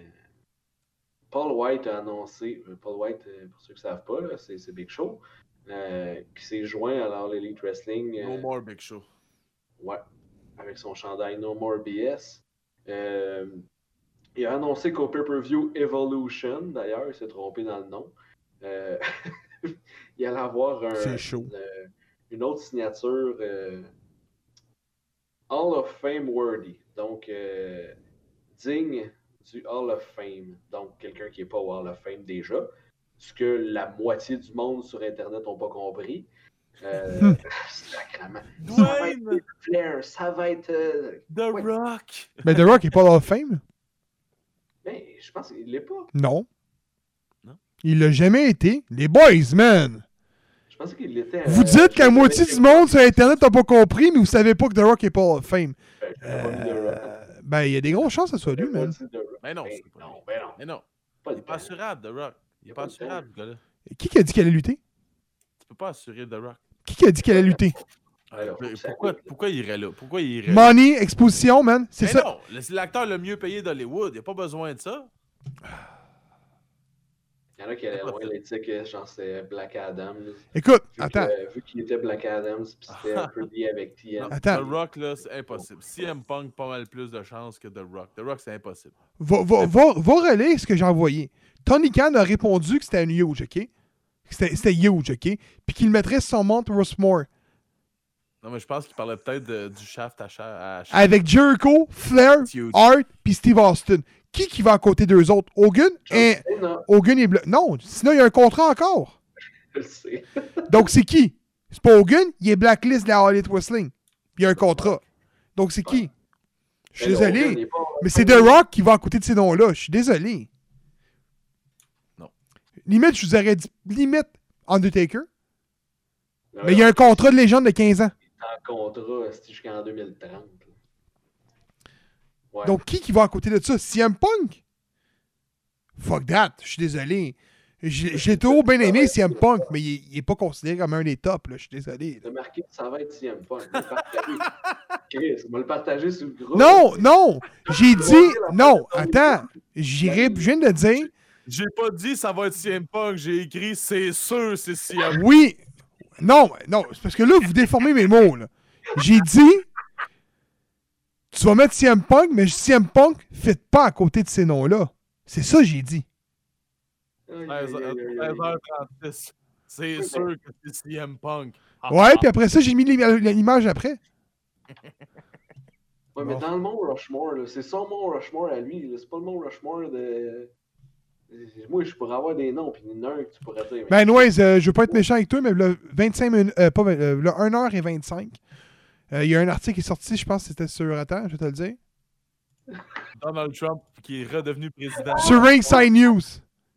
Speaker 1: Paul White a annoncé, euh, Paul White, euh, pour ceux qui ne savent pas, là, c'est c'est Big Show, euh, qui s'est joint à l'Elite Wrestling.
Speaker 4: No
Speaker 1: euh,
Speaker 4: more Big Show.
Speaker 1: Ouais, avec son chandail No More BS. Euh, il a annoncé qu'au pay-per-view Evolution, d'ailleurs, il s'est trompé dans le nom, euh, il allait avoir un-
Speaker 2: C'est chaud.
Speaker 1: une- une autre signature euh, Hall of Fame worthy, donc euh, digne du Hall of Fame, donc quelqu'un qui n'est pas au Hall of Fame déjà, ce que la moitié du monde sur Internet n'ont pas compris. Euh, sacrément. Ça va être
Speaker 4: Dwayne!
Speaker 1: Flair, ça va être. euh,
Speaker 4: The Rock!
Speaker 2: Mais The Rock est pas dans of Fame?
Speaker 1: Ben, je pense qu'il l'est pas.
Speaker 2: Non.
Speaker 4: Non.
Speaker 2: Il l'a jamais été. Les boys, man!
Speaker 1: Je pense qu'il l'était.
Speaker 2: Vous
Speaker 1: euh,
Speaker 2: dites
Speaker 1: je
Speaker 2: que la
Speaker 1: sais
Speaker 2: moitié
Speaker 1: pas,
Speaker 2: du monde sur Internet n'a pas compris, mais vous savez pas que The Rock est pas Hall of Fame.
Speaker 1: ben, je l'ai pas mis de rock.
Speaker 2: Euh, ben, il y a des grosses chances que ce soit
Speaker 1: Je l'ai
Speaker 2: lui,
Speaker 1: pas
Speaker 2: man.
Speaker 1: dit de rock.
Speaker 4: Mais non,
Speaker 1: Ben
Speaker 4: c'est pas
Speaker 1: non,
Speaker 4: lui.
Speaker 1: ben non.
Speaker 4: Mais non,
Speaker 1: Pas
Speaker 4: il est
Speaker 1: de
Speaker 4: pas assurable, The Rock. Il est pas
Speaker 1: pas de
Speaker 4: assurable, ce gars-là.
Speaker 2: Qui qui a dit qu'elle allait lutter?
Speaker 4: Tu peux pas assurer The Rock.
Speaker 2: Qui qui a dit qu'elle allait lutter?
Speaker 1: Alors,
Speaker 4: Mais
Speaker 1: faut que ça
Speaker 4: pourquoi,
Speaker 1: coûte, là.
Speaker 4: pourquoi il irait là? Pourquoi il irait là?
Speaker 2: Money, exposition, man. C'est
Speaker 4: Mais
Speaker 2: ça.
Speaker 4: non, le- c'est l'acteur le mieux payé d'Hollywood. Il a pas besoin de ça.
Speaker 1: Il y en a qui allaient loin l'éthique, euh, genre c'est Black Adams. Vu
Speaker 2: Écoute,
Speaker 1: que,
Speaker 2: attends.
Speaker 1: euh, vu qu'il était Black Adams, puis c'était un peu lié avec TM.
Speaker 2: Attends.
Speaker 4: The Rock, là, c'est impossible. CM Punk, pas mal plus de chances que The Rock. The Rock, c'est impossible.
Speaker 2: Va, va, va, va relire ce que j'ai envoyé. Tony Khan a répondu que c'était un huge, OK? Que C'était c'était huge, OK? Puis qu'il le mettrait sur son monte Rosemore.
Speaker 4: Non, mais je pense qu'il parlait peut-être de- du shaft à cha- à shaft.
Speaker 2: Avec Oh. Jericho, Flair,
Speaker 4: Huge.
Speaker 2: Hart, puis Steve Austin. Qui qui va à côté d'eux autres? Hogan? et...
Speaker 1: Eh non,
Speaker 2: Hogan est bleu. Non, sinon il y a un contrat encore.
Speaker 1: je le sais.
Speaker 2: Donc c'est qui C'est pas Hogan, il est blacklist de la Hall Elite Wrestling. Puis il y a un contrat. Donc c'est qui Je suis
Speaker 1: Mais Ben, Hogan
Speaker 2: désolé.
Speaker 1: n'est pas-
Speaker 2: Mais c'est The Rock qui va à côté de ces noms-là. Je suis désolé.
Speaker 4: Non.
Speaker 2: Limite, je vous aurais dit limite Undertaker.
Speaker 1: Ben Non,
Speaker 2: Mais il y a un contrat de légende de 15 ans.
Speaker 1: en contrat c'est jusqu'en 2030. Ouais.
Speaker 2: Donc qui qui va à côté de ça CM Punk Fuck that. Je suis désolé. J'ai j'ai toujours bien aimé CM Punk, mais il, est- il est pas considéré comme un des tops. là. Je suis désolé.
Speaker 1: T'as marqué que ça va être CM Punk. Je vais le partager. Chris, on va le partager sur le groupe.
Speaker 2: Non, non! J'ai dit. Non, attends. J'irai. Je viens de dire.
Speaker 4: J'ai pas dit ça va être CM Punk, j'ai écrit c'est sûr c'est CM Punk.
Speaker 2: Oui! Non, non, c'est parce que là, vous déformez mes mots, là. J'ai dit, tu vas mettre CM Punk, mais CM Punk fit pas à côté de ces noms-là. C'est ça que j'ai dit.
Speaker 4: 13h36. C'est sûr que c'est CM Punk. Ah,
Speaker 2: Ouais,
Speaker 4: ah.
Speaker 2: puis après ça, j'ai mis l'im- l'image après.
Speaker 1: Ouais, mais dans le mont Rushmore, là, c'est son mont Rushmore à lui. là, C'est pas le mont Rushmore de. euh, Moi, je pourrais avoir des noms, puis il y en a un que tu pourrais dire. mais-
Speaker 2: Ben, anyways, euh, je veux pas être méchant avec toi, mais le 25 minutes, euh, pas, vingt- euh, le 1h25, euh, il y a un article qui est sorti, je pense que c'était sur, attends, je vais te le dire.
Speaker 4: Donald Trump qui est redevenu président.
Speaker 2: Sur Ringside News.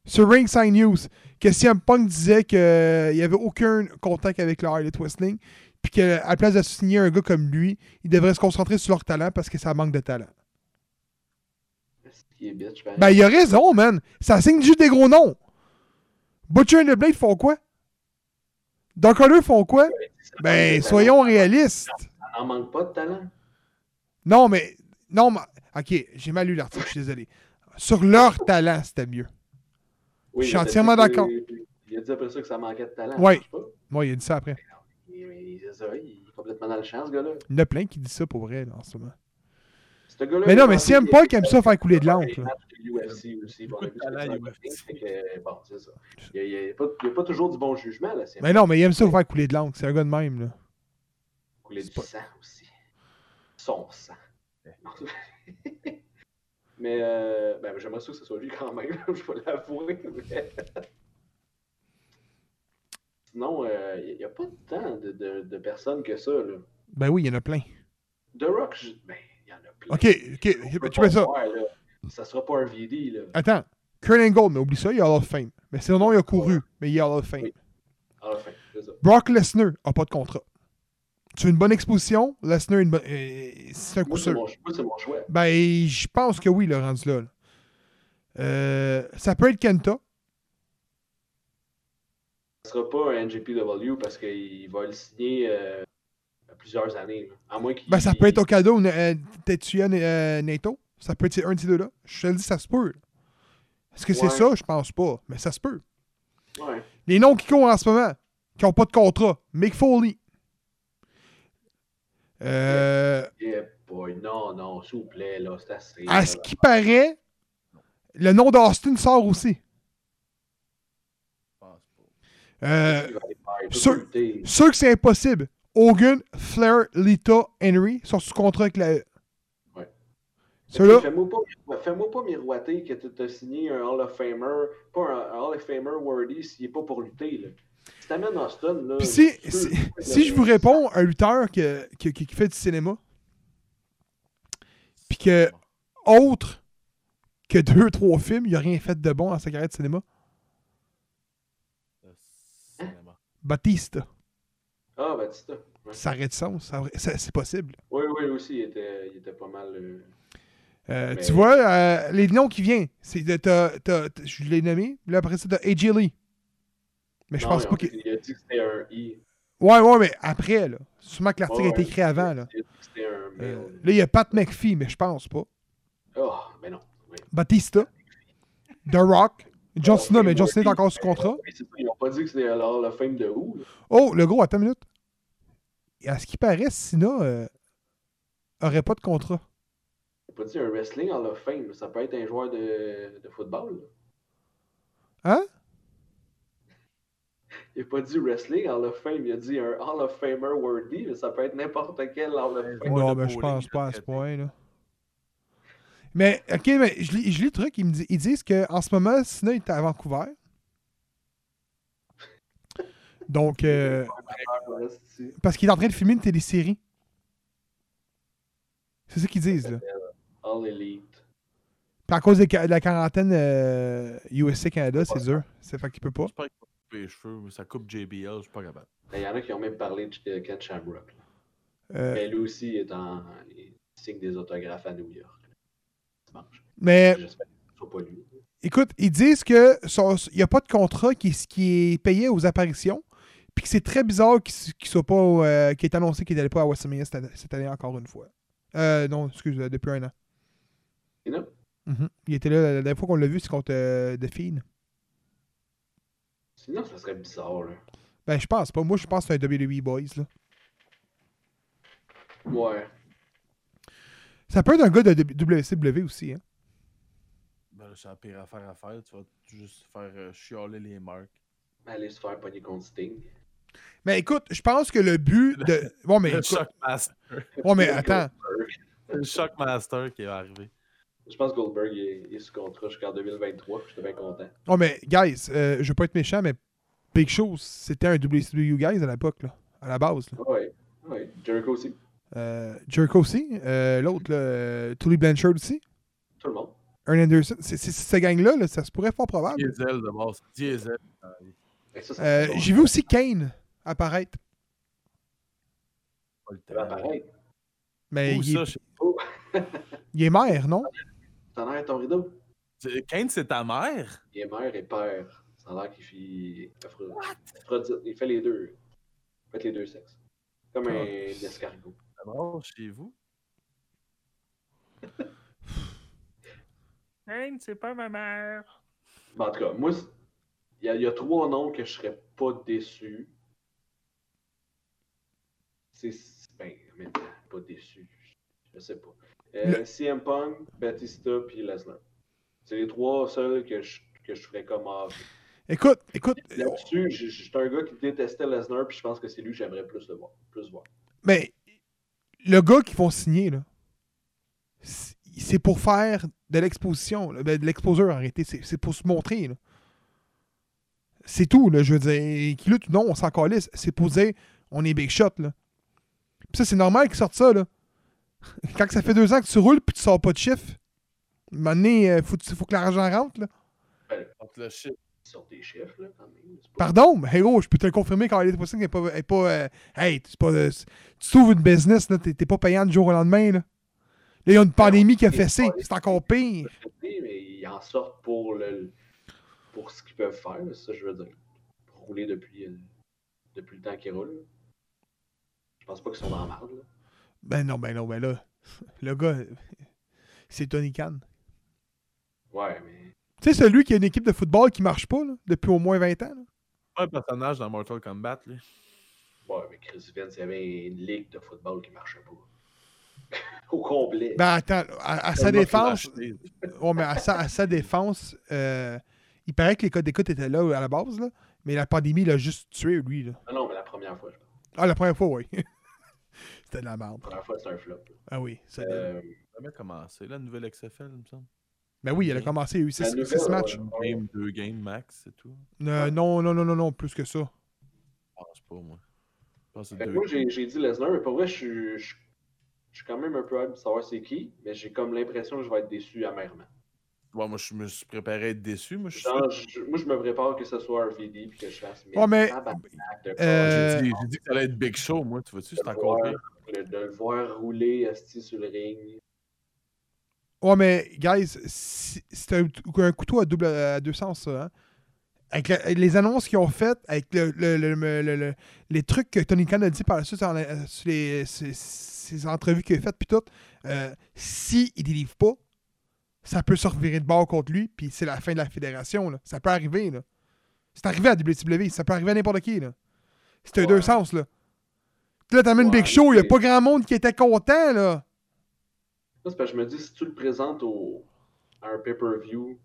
Speaker 2: Sur Ringside News. Que CM Punk disait qu'il n'y avait aucun contact avec le Harley Wrestling. Puis qu'à la place de signer un gars comme lui, il devrait se concentrer sur leur talent parce que ça manque de talent.
Speaker 1: Est-ce qu'il est bitch, pareil?
Speaker 2: Ben, il a raison, man. Ça signe juste des gros noms. Butcher and the Blade font quoi? Dark Order font quoi? Ben, soyons réalistes.
Speaker 1: En manque pas de talent.
Speaker 2: Non, mais. Non, mais. Ok, j'ai mal lu l'article, je suis désolé. Sur leur talent, c'était mieux.
Speaker 1: Oui,
Speaker 2: Je suis
Speaker 1: il a
Speaker 2: entièrement
Speaker 1: dit que-
Speaker 2: d'accord.
Speaker 1: Il a dit après ça que ça manquait de talent.
Speaker 2: Ouais.
Speaker 1: je sais pas.
Speaker 2: Moi, il a dit ça après.
Speaker 1: Mais- mais Il, c'est ça, il est complètement dans le champ, ce gars-là.
Speaker 2: Il y en a plein qui disent ça pour vrai, là, en ce moment.
Speaker 1: Ce gars-là,
Speaker 2: Mais
Speaker 1: il
Speaker 2: non,
Speaker 1: a
Speaker 2: mais
Speaker 1: manqué-
Speaker 2: CM Punk aime ça faire couler de l'encre,
Speaker 1: Il
Speaker 2: là.
Speaker 1: a fait des matchs de UFC aussi, bon, on a vu ce que
Speaker 4: Talent
Speaker 1: ça a
Speaker 4: UFC.
Speaker 1: fait, fait que, Bon, c'est ça. Il n'y a, pas- il y a pas toujours du bon jugement, là, CM
Speaker 2: Mais non, mais il aime ça faire couler de l'encre. C'est un gars de même, là.
Speaker 1: couler du
Speaker 2: C'est pas-
Speaker 1: sang aussi. Son sang. mais euh, ben, j'aimerais ça que ce soit lui quand même, je vais l'avouer. mais- Sinon, euh, il n'y a pas tant de, de- de personnes que ça. Là.
Speaker 2: Ben oui, il y en a plein.
Speaker 1: The Rock, je- ben, il y en a plein.
Speaker 2: Ok,
Speaker 1: On
Speaker 2: ok,
Speaker 1: peut
Speaker 2: tu
Speaker 1: pas
Speaker 2: mets ça.
Speaker 1: voir, là. ça sera pas un VD. Là.
Speaker 2: Attends. Kurt Angle, mais oublie ça, il a Hall of Fame. Mais sinon, il a couru, mais il a Hall of Fame.
Speaker 1: Oui. Ah, Enfin, c'est ça.
Speaker 2: Brock Lesnar a pas de contrat. Tu veux une bonne exposition? Lesnar, une bonne- euh, c'est un coup
Speaker 1: Moi, c'est
Speaker 2: sûr.
Speaker 1: mon, moi, c'est mon choix.
Speaker 2: Ben, je pense que oui, le rendu là. là. Euh, ça peut être Kenta.
Speaker 1: Ça sera pas un NJPW parce qu'il va le signer euh, à plusieurs années. là. À moins qu'il.
Speaker 2: Ben, ça peut être Okada ou euh, Tetsuya euh, Naito. Ça peut être un de ces deux-là. Je te le dis, ça se peut. là. Est-ce que c'est
Speaker 1: Ouais.
Speaker 2: ça? Je pense pas. Mais ça se peut.
Speaker 1: Ouais.
Speaker 2: Les noms qui courent en ce moment, qui n'ont pas de contrat. Mick Foley. Euh,
Speaker 1: Yeah, boy, non, non, s'il vous plaît, là, c'est assez.
Speaker 2: à ce qui paraît, le nom d'Austin sort aussi. Euh, sur-
Speaker 1: Sur...
Speaker 2: sûr que c'est impossible. Hogan, Flair, Lita, Henry sont sous contrat avec la E.
Speaker 1: Ouais.
Speaker 2: Ceux-là,
Speaker 1: Fais-moi pas, fais-moi pas miroiter que tu as signé un Hall of Famer, pas un, un Hall of Famer worthy s'il n'est pas pour lutter. Là. Si t'amènes Austin, là.
Speaker 2: Puis si,
Speaker 1: je suis sûr
Speaker 2: si,
Speaker 1: que-
Speaker 2: si je vous réponds un lutteur que- que- qui, qui fait du cinéma, puis que- autre que deux, trois films, il n'a rien fait de bon à sa carrière de cinéma,
Speaker 4: Le Euh, cinéma.
Speaker 2: Batista.
Speaker 1: Ah, Batista. Ouais.
Speaker 2: Ça aurait du sens. ça aurait- ça- c'est possible.
Speaker 1: Oui, oui, lui aussi, il était, il était pas mal. euh,
Speaker 2: Euh,
Speaker 1: Mais-
Speaker 2: Tu vois, euh, les noms qui viennent, c'est de- t'as- t'as- t'as- je l'ai nommé, là après ça, t'as AJ Lee. Mais je
Speaker 1: non,
Speaker 2: pense
Speaker 1: mais
Speaker 2: pas
Speaker 1: en
Speaker 2: que.
Speaker 1: fait, Il a dit que c'était un I.
Speaker 2: Ouais, ouais, mais après, là. Sûrement que l'article
Speaker 1: Ouais,
Speaker 2: a été écrit avant, là.
Speaker 1: Il a dit que c'était un male.
Speaker 2: Euh, là, il y a Pat McPhee, mais je pense pas.
Speaker 1: Oh, mais non. Oui.
Speaker 2: Batista, The Rock, John
Speaker 1: Oh,
Speaker 2: Cena, mais
Speaker 1: Fame
Speaker 2: John Cena est
Speaker 1: Worthy.
Speaker 2: encore sous contrat.
Speaker 1: Oui, c'est ça, ils n'ont pas dit que c'était alors la fame de où. là.
Speaker 2: Oh, le gros, attends une minute. Et à ce qui paraît, Cena euh, aurait pas de contrat.
Speaker 1: J'ai pas dit un wrestling Hall of Fame. Ça peut être un joueur de, de football. là.
Speaker 2: Hein?
Speaker 1: Il a pas dit wrestling Hall of Fame. Il a dit un Hall of Famer worthy, mais ça peut être n'importe quel Hall of Fame.
Speaker 4: Ouais,
Speaker 2: non,
Speaker 4: le
Speaker 2: mais je
Speaker 4: bowling,
Speaker 2: pense
Speaker 4: il
Speaker 2: pas
Speaker 4: a
Speaker 2: à ce
Speaker 4: traité.
Speaker 2: point, là. Mais, ok, mais je lis, je lis le truc, ils, me di- ils disent qu'en ce moment, Cena est à Vancouver. Donc, euh,
Speaker 1: Ouais, c'est-
Speaker 2: parce qu'il est en train de filmer une télésérie. C'est ça qu'ils disent, là.
Speaker 1: All Elite.
Speaker 2: Puis à cause des ca- de la quarantaine euh, USA Canada, c'est dur. C'est fait qu'il peut pas.
Speaker 4: J'espère qu'il va couper les cheveux, mais ça coupe JBL, je suis pas capable.
Speaker 1: Il y en a qui ont même parlé de Ken Shamrock. là.
Speaker 2: Euh,
Speaker 1: Mais lui aussi, il est en il signe des autographes à New York. Dimanche.
Speaker 2: mais
Speaker 1: J'espère que ce sera pas lui.
Speaker 2: Écoute, ils disent que il n'y a pas de contrat qui, est- qui est payé aux apparitions, puis que c'est très bizarre qu'il s- qu'il soit pas, au- euh, qu'il est annoncé qu'il n'allait pas à WrestleMania cette, année- cette année encore une fois. Euh, non, excuse, euh, depuis un an.
Speaker 1: Et non,
Speaker 2: Mhm. Il était là la, la dernière fois qu'on l'a vu, c'est contre euh, The Fiend.
Speaker 1: sinon, ça serait bizarre. Là.
Speaker 2: Ben, je pense pas. Moi, je pense que c'est un WWE Boys. Là.
Speaker 1: Ouais.
Speaker 2: Ça peut être un gars de WCW aussi. Hein.
Speaker 4: Ben, c'est la pire affaire à faire. Tu vas juste faire euh, chialer les marques.
Speaker 1: Aller se faire pogner contre Sting.
Speaker 2: Mais écoute, je pense que le but de. Bon, mais,
Speaker 4: Le
Speaker 2: écoute-
Speaker 4: Shockmaster.
Speaker 2: bon, mais attends.
Speaker 4: Le Shockmaster qui est arrivé.
Speaker 1: Je pense que Goldberg il est, il est sous contrat jusqu'en 2023. J'étais bien content.
Speaker 2: Bon, Oh, mais, guys, euh, je veux pas être méchant, mais Big Show, c'était un WCW Guys à l'époque, là. À la base, là.
Speaker 1: Ouais. Ouais. Jericho aussi.
Speaker 2: Euh, Jericho aussi. euh, L'autre, là, euh, Tully Blanchard aussi.
Speaker 1: Tout le monde.
Speaker 2: Ernie Anderson. C'est c'est- c'est cette gang-là, là, ça se pourrait fort probable.
Speaker 4: Diesel de base. Diesel.
Speaker 1: Et ça, ça
Speaker 2: Euh,
Speaker 1: fait
Speaker 2: J'ai vu aussi Kane apparaître.
Speaker 4: Pas le
Speaker 1: bon. Ça va
Speaker 4: temps.
Speaker 1: apparaître.
Speaker 2: Mais
Speaker 4: Où
Speaker 2: il
Speaker 4: ça,
Speaker 2: est,
Speaker 4: je-
Speaker 2: il est maire, non?
Speaker 1: T'en as ton rideau.
Speaker 4: C'est- Kane, c'est ta mère?
Speaker 1: Il est mère et père. Ça a l'air qu'il fit. Aphro- Aphrodite. Il fait les deux. Il fait les deux sexes. Comme un
Speaker 4: Oh.
Speaker 1: escargot.
Speaker 4: D'abord, chez vous?
Speaker 5: Hein, c'est pas ma mère.
Speaker 1: Mais en tout cas, moi, c'est- il y, a- il y a trois noms que je serais pas déçu. C'est. c'est- Ben, en même temps, pas déçu. Je sais pas. Euh, CM Punk, Batista, puis Lesnar. C'est les trois seuls que je, que je ferais comme ah,
Speaker 2: Écoute, écoute.
Speaker 1: Là-dessus, je- je- j'étais un gars qui détestait Lesnar, puis je pense que c'est lui que j'aimerais plus le voir. Plus voir.
Speaker 2: Mais le gars qu'ils vont signer, là, c'est c'est pour faire de l'exposition, là, ben, de l'exposure en réalité. C'est c'est pour se montrer. là. C'est tout, là, je veux dire. Qu'il lutte ou non, on s'en calisse. C'est pour dire on est big shot. Là. Puis ça, c'est normal qu'ils sortent ça. Là. Quand ça fait deux ans que tu roules puis tu sors pas de chiffre, à un moment donné, il faut, faut que l'argent rentre. Là.
Speaker 4: Entre le shit.
Speaker 1: Ils sortent des chiffres, là, quand même. C'est pas-
Speaker 2: Pardon, mais héros, je peux te le confirmer quand elle est possible n'est pas. est pas euh, hey, c'est pas, euh, c'est- tu trouves une business, là, t'es t'es pas payant du jour au lendemain. Là, Là, il y a une pandémie qui a fessé, Ben c'est encore pire.
Speaker 1: mais ils en sortent pour, le, pour ce qu'ils peuvent faire, c'est ça que je veux dire. Pour rouler depuis, euh, depuis le temps qu'ils roulent. Je pense pas qu'ils sont dans la merde. là.
Speaker 2: Ben non, ben non, ben là, le gars, euh, c'est Tony Khan.
Speaker 1: Ouais, mais.
Speaker 2: Tu sais, celui qui a une équipe de football qui marche pas là, depuis au moins 20 ans. là.
Speaker 4: Pas un personnage dans Mortal Kombat, lui.
Speaker 1: Ouais, mais Chris Vince, il y avait une ligue de football qui marchait pas. Au complet.
Speaker 2: Ben attends, à, à sa défense, ouais, mais à, sa, à sa défense, euh, il paraît que les codes d'écoute étaient là à la base, là, mais la pandémie l'a juste tué, lui. Là.
Speaker 1: Ah non, mais la première fois, je pense.
Speaker 2: Ah, la première fois, oui. C'était de la merde.
Speaker 1: La première fois, c'est un flop. là.
Speaker 2: Ah oui, ça
Speaker 1: Euh,
Speaker 4: Jamais commencé, la nouvelle XFL, il me semble.
Speaker 2: Ben oui, elle a commencé, il y a eu
Speaker 1: la
Speaker 2: 6
Speaker 1: nouvelle,
Speaker 2: matchs.
Speaker 1: ouais, ouais.
Speaker 4: Game, deux games max, c'est tout.
Speaker 2: Euh, non, non, non, non, non, plus que ça.
Speaker 4: Je pense pas, moi. Je pense que c'est
Speaker 1: Fait que
Speaker 4: deux
Speaker 1: Ben, moi, j'ai j'ai dit Lesnar, mais pour vrai, je suis- je suis- je suis quand même un peu hâte de savoir c'est qui, mais j'ai comme l'impression que je vais être déçu amèrement.
Speaker 4: Ouais, moi, je me suis préparé à être déçu. Moi, je suis
Speaker 1: Genre, je- moi, je me prépare que ce soit un VD puis que je fasse mes
Speaker 2: Ouais, mais-
Speaker 1: tabarnak de
Speaker 2: Euh,
Speaker 4: J'ai dit, j'ai dit que ça allait être Big Show, moi. Tu vois-tu, c'est
Speaker 1: Ouais.
Speaker 4: encore pire.
Speaker 1: coach, de, de le voir rouler asti sur le ring.
Speaker 2: Ouais, mais, guys, si- c'est un, un couteau à, double, à deux sens, ça. hein. Avec la- les annonces qu'ils ont faites, avec le, le- le- le- le- le- les trucs que Tony Khan a dit par la suite en- euh, sur les, ses, ses entrevues qu'il a faites, puis tout, euh, s'il ne délivre pas, ça peut se revirer de bord contre lui, puis c'est la fin de la fédération. Là. Ça peut arriver. là. C'est arrivé à WCW, ça peut arriver à n'importe qui. là. C'est un
Speaker 1: Ouais.
Speaker 2: deux sens. Là, là t'amènes
Speaker 1: Ouais,
Speaker 2: Big Show, il n'y a
Speaker 1: mais-
Speaker 2: pas grand monde qui était content. là.
Speaker 1: Ça, c'est parce que je me dis, si tu le présentes au, à un pay-per-view,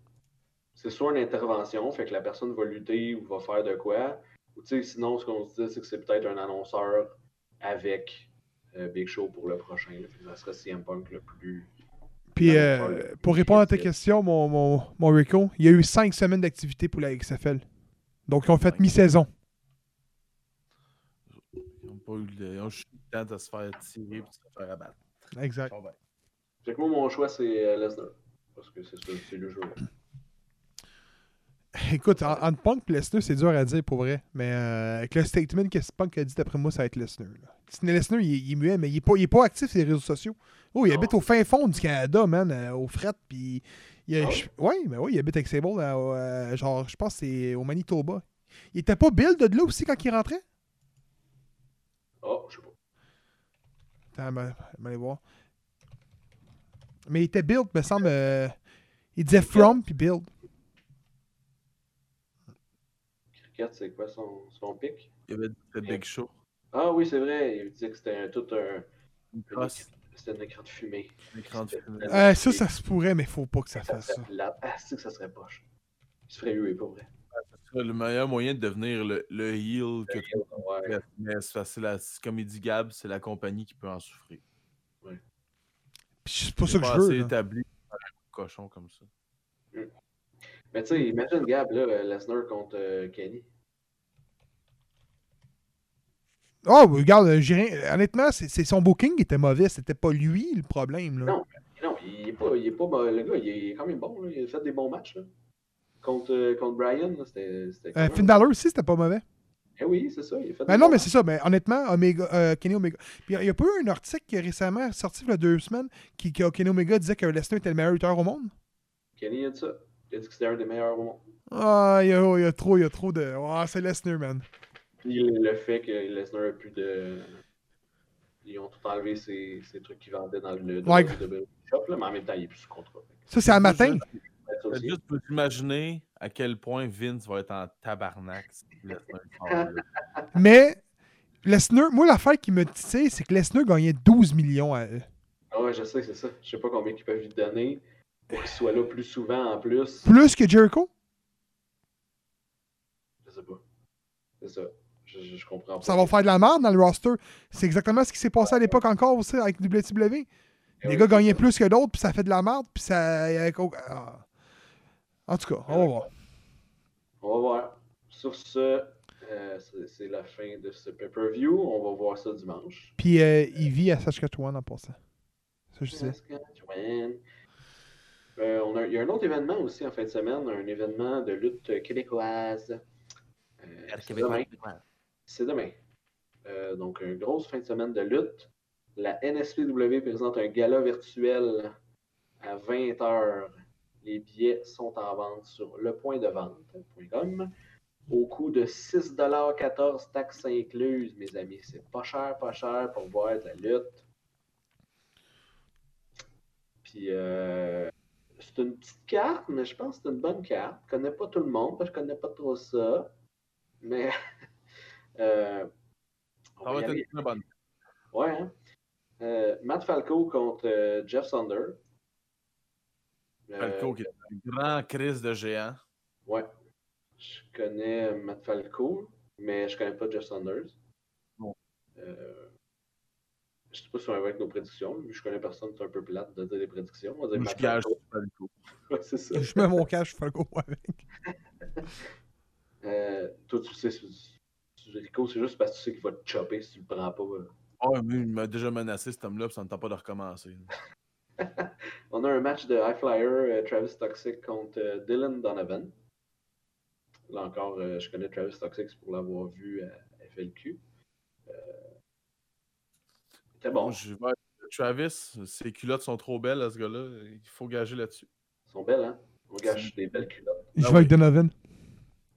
Speaker 1: c'est soit une intervention, fait que la personne va lutter ou va faire de quoi, ou tu sais, sinon, ce qu'on se dit, c'est que c'est peut-être un annonceur avec euh, Big Show pour le prochain. là. Fait que ça serait CM Punk le plus.
Speaker 2: Puis
Speaker 1: Ouais,
Speaker 2: euh,
Speaker 1: ouais.
Speaker 2: pour répondre à ta question, mon, mon, mon Rico, il y a eu cinq semaines d'activité pour la XFL. Donc ils ont fait
Speaker 4: Cinq.
Speaker 2: mi-saison.
Speaker 4: Ils ont pas eu le ils ont juste eu le temps de se faire tirer et de se faire abattre. ben,
Speaker 2: Exact.
Speaker 4: Ça va bien.
Speaker 1: Fait que moi, mon choix, c'est euh, Lesnar. Parce que c'est ça, c'est le jeu.
Speaker 2: Écoute, en- entre Punk et Lesnar, c'est dur à dire pour vrai. Mais euh, avec le statement que Punk a dit, d'après moi, ça va être Lesnar. là. Sinon, Lesnar, il, est- il est muet, mais il n'est pas, il est pas actif sur les réseaux sociaux. Oh, il
Speaker 1: Non.
Speaker 2: habite au fin fond du Canada, man, euh, au fret. Puis. il a-
Speaker 1: Ah
Speaker 2: je- ouais, mais oui, il habite avec Sable, là, au, euh, genre, je pense que c'est au Manitoba. Il était pas Bill de là aussi quand il rentrait?
Speaker 1: Oh, je sais pas.
Speaker 2: Attends, ben, ben, allez voir. Mais il était build, me semble. euh, il disait from puis build.
Speaker 1: Cricket, c'est quoi son, son pic
Speaker 4: Il avait dit que c'était Big Show.
Speaker 1: Ah oui, c'est vrai. Il disait que c'était un- tout un.
Speaker 4: Une
Speaker 1: un écran-
Speaker 4: crosse,
Speaker 1: C'était un écran de fumée.
Speaker 4: un écran de fumée.
Speaker 2: Euh, ça, ça se pourrait, mais faut pas que ça
Speaker 1: Ça
Speaker 2: fasse ça.
Speaker 1: serait plate. Ah, c'est que ça serait poche. Il se ferait huer pour vrai.
Speaker 4: Le meilleur moyen de devenir le, le heel que tu
Speaker 1: Ouais.
Speaker 4: fais, mais c'est facile à- c'est Comme il dit Gab, c'est la compagnie qui peut en souffrir.
Speaker 2: Puis C'est pas
Speaker 4: C'est
Speaker 2: ça que
Speaker 4: pas
Speaker 2: je veux.
Speaker 4: assez
Speaker 2: là.
Speaker 4: établi par un cochon comme ça.
Speaker 1: Mais tu sais, imagine Gab, là, euh, Lesnar contre euh, Kenny.
Speaker 2: Oh, regarde, euh, j'ai rien- honnêtement, c'est c'est son booking qui était mauvais. C'était pas lui le problème. Là.
Speaker 1: Non. Non, il est pas, il est pas bon. Le gars, il est, il est quand même bon. là. Il a fait des bons matchs. Là. Contre, euh, contre Brian, là, c'était. c'était quand
Speaker 2: Euh,
Speaker 1: même-
Speaker 2: Finn Balor aussi, c'était pas mauvais.
Speaker 1: Eh oui, c'est ça. Il a fait
Speaker 2: Ben
Speaker 1: des
Speaker 2: non,
Speaker 1: bons
Speaker 2: mais
Speaker 1: matchs.
Speaker 2: c'est ça. Mais honnêtement, Omega, euh, Kenny Omega. Puis il y a pas eu un article qui est récemment sorti il y a deux semaines qui, que Kenny Omega disait que Lesnar était le meilleur lutteur au monde.
Speaker 1: Kenny a dit ça. Il a dit que c'était un des meilleurs au monde.
Speaker 2: Ah, il y, a, il y a trop, il y a trop de. Ah, c'est Lesnar, man.
Speaker 1: Puis le, le fait que Lesnar a plus de. Ils ont tout enlevé ces, ces trucs qu'ils vendaient dans le
Speaker 2: Ouais.
Speaker 1: WWE Shop, là, mais en même temps, il est plus sous contrat.
Speaker 2: Ça, c'est un matin.
Speaker 4: Juste-
Speaker 1: Ça aussi.
Speaker 4: Euh, Juste pour imaginer à quel point Vince va être en tabarnak. si tu laisses un corps, là.
Speaker 2: Mais Lesnar, moi, l'affaire qui me titille, c'est que Lesnar gagnait 12 millions à
Speaker 1: Ah ouais, je sais, c'est ça. Je sais pas combien ils peuvent lui donner pour qu'il soit là plus souvent en plus.
Speaker 2: Plus que Jericho.
Speaker 1: Je sais pas. C'est ça. Je, je, je comprends pas.
Speaker 2: Ça va faire de la merde dans le roster. C'est exactement ce qui s'est passé à l'époque encore aussi avec WCW.
Speaker 1: Eh
Speaker 2: Les
Speaker 1: oui,
Speaker 2: gars
Speaker 1: c'est
Speaker 2: gagnaient
Speaker 1: ça.
Speaker 2: plus que d'autres, puis ça fait de la merde, puis ça. il y avait qu'au- ah. En tout cas,
Speaker 1: Eh
Speaker 2: on va voir.
Speaker 1: On va voir. Sur ce, euh, c'est c'est la fin de ce pay-per-view. On va voir ça dimanche.
Speaker 2: Puis euh, il vit à Saskatchewan en passant. Ça, je sais.
Speaker 1: Saskatchewan. Euh, on a- il y a un autre événement aussi en fin de semaine, un événement de lutte québécoise. Euh, c'est demain. C'est demain. Euh, donc, une grosse fin de semaine de lutte. La NSPW présente un gala virtuel à 20h. Les billets sont en vente sur lepointdevente.com au coût de 6,14 taxes incluses, mes amis. C'est pas cher, pas cher pour voir de la lutte. Puis euh, c'est une petite carte, mais je pense que c'est une bonne carte. Je connais pas tout le monde, parce que je connais pas trop ça. Mais euh, on
Speaker 4: Ça
Speaker 1: va
Speaker 4: va
Speaker 1: y
Speaker 4: être
Speaker 1: aller.
Speaker 4: une
Speaker 2: Ah.
Speaker 4: très bonne.
Speaker 1: Ouais, hein? Euh, Matt Falco contre euh, Jeff Sander. Euh,
Speaker 4: Falco qui est un grand crise de géant.
Speaker 1: Ouais. Je connais euh, Matt Falco, mais je connais pas Jeff Saunders.
Speaker 4: Non.
Speaker 1: Euh, je sais pas si on va avec nos prédictions. vu que Je connais personne, c'est un peu plate de dire des prédictions. On va dire
Speaker 4: Moi,
Speaker 1: Matt
Speaker 4: je gage
Speaker 1: Falco.
Speaker 4: sur Falco.
Speaker 1: Ouais, c'est ça.
Speaker 2: Je mets mon cash, je fais le go avec.
Speaker 1: Euh, toi, tu sais, c'est- c'est- Rico, c'est juste parce que tu sais qu'il va te chopper si tu le prends pas. euh.
Speaker 4: Oh, mais il m'a déjà menacé cet homme-là, puis ça ne tente pas de recommencer.
Speaker 1: On a un match de High Flyer, euh, Travis Toxic contre euh, Dylan Donovan. Là encore, euh, je connais Travis Toxic c'est pour l'avoir vu à FLQ. Euh, C'était bon.
Speaker 4: Moi, je vais avec Travis, ses culottes sont trop belles à ce gars-là. Il faut gager là-dessus.
Speaker 1: Ils sont belles, hein? On gâche des belles culottes.
Speaker 2: Je
Speaker 4: Ah
Speaker 2: vais
Speaker 4: oui.
Speaker 2: avec Donovan.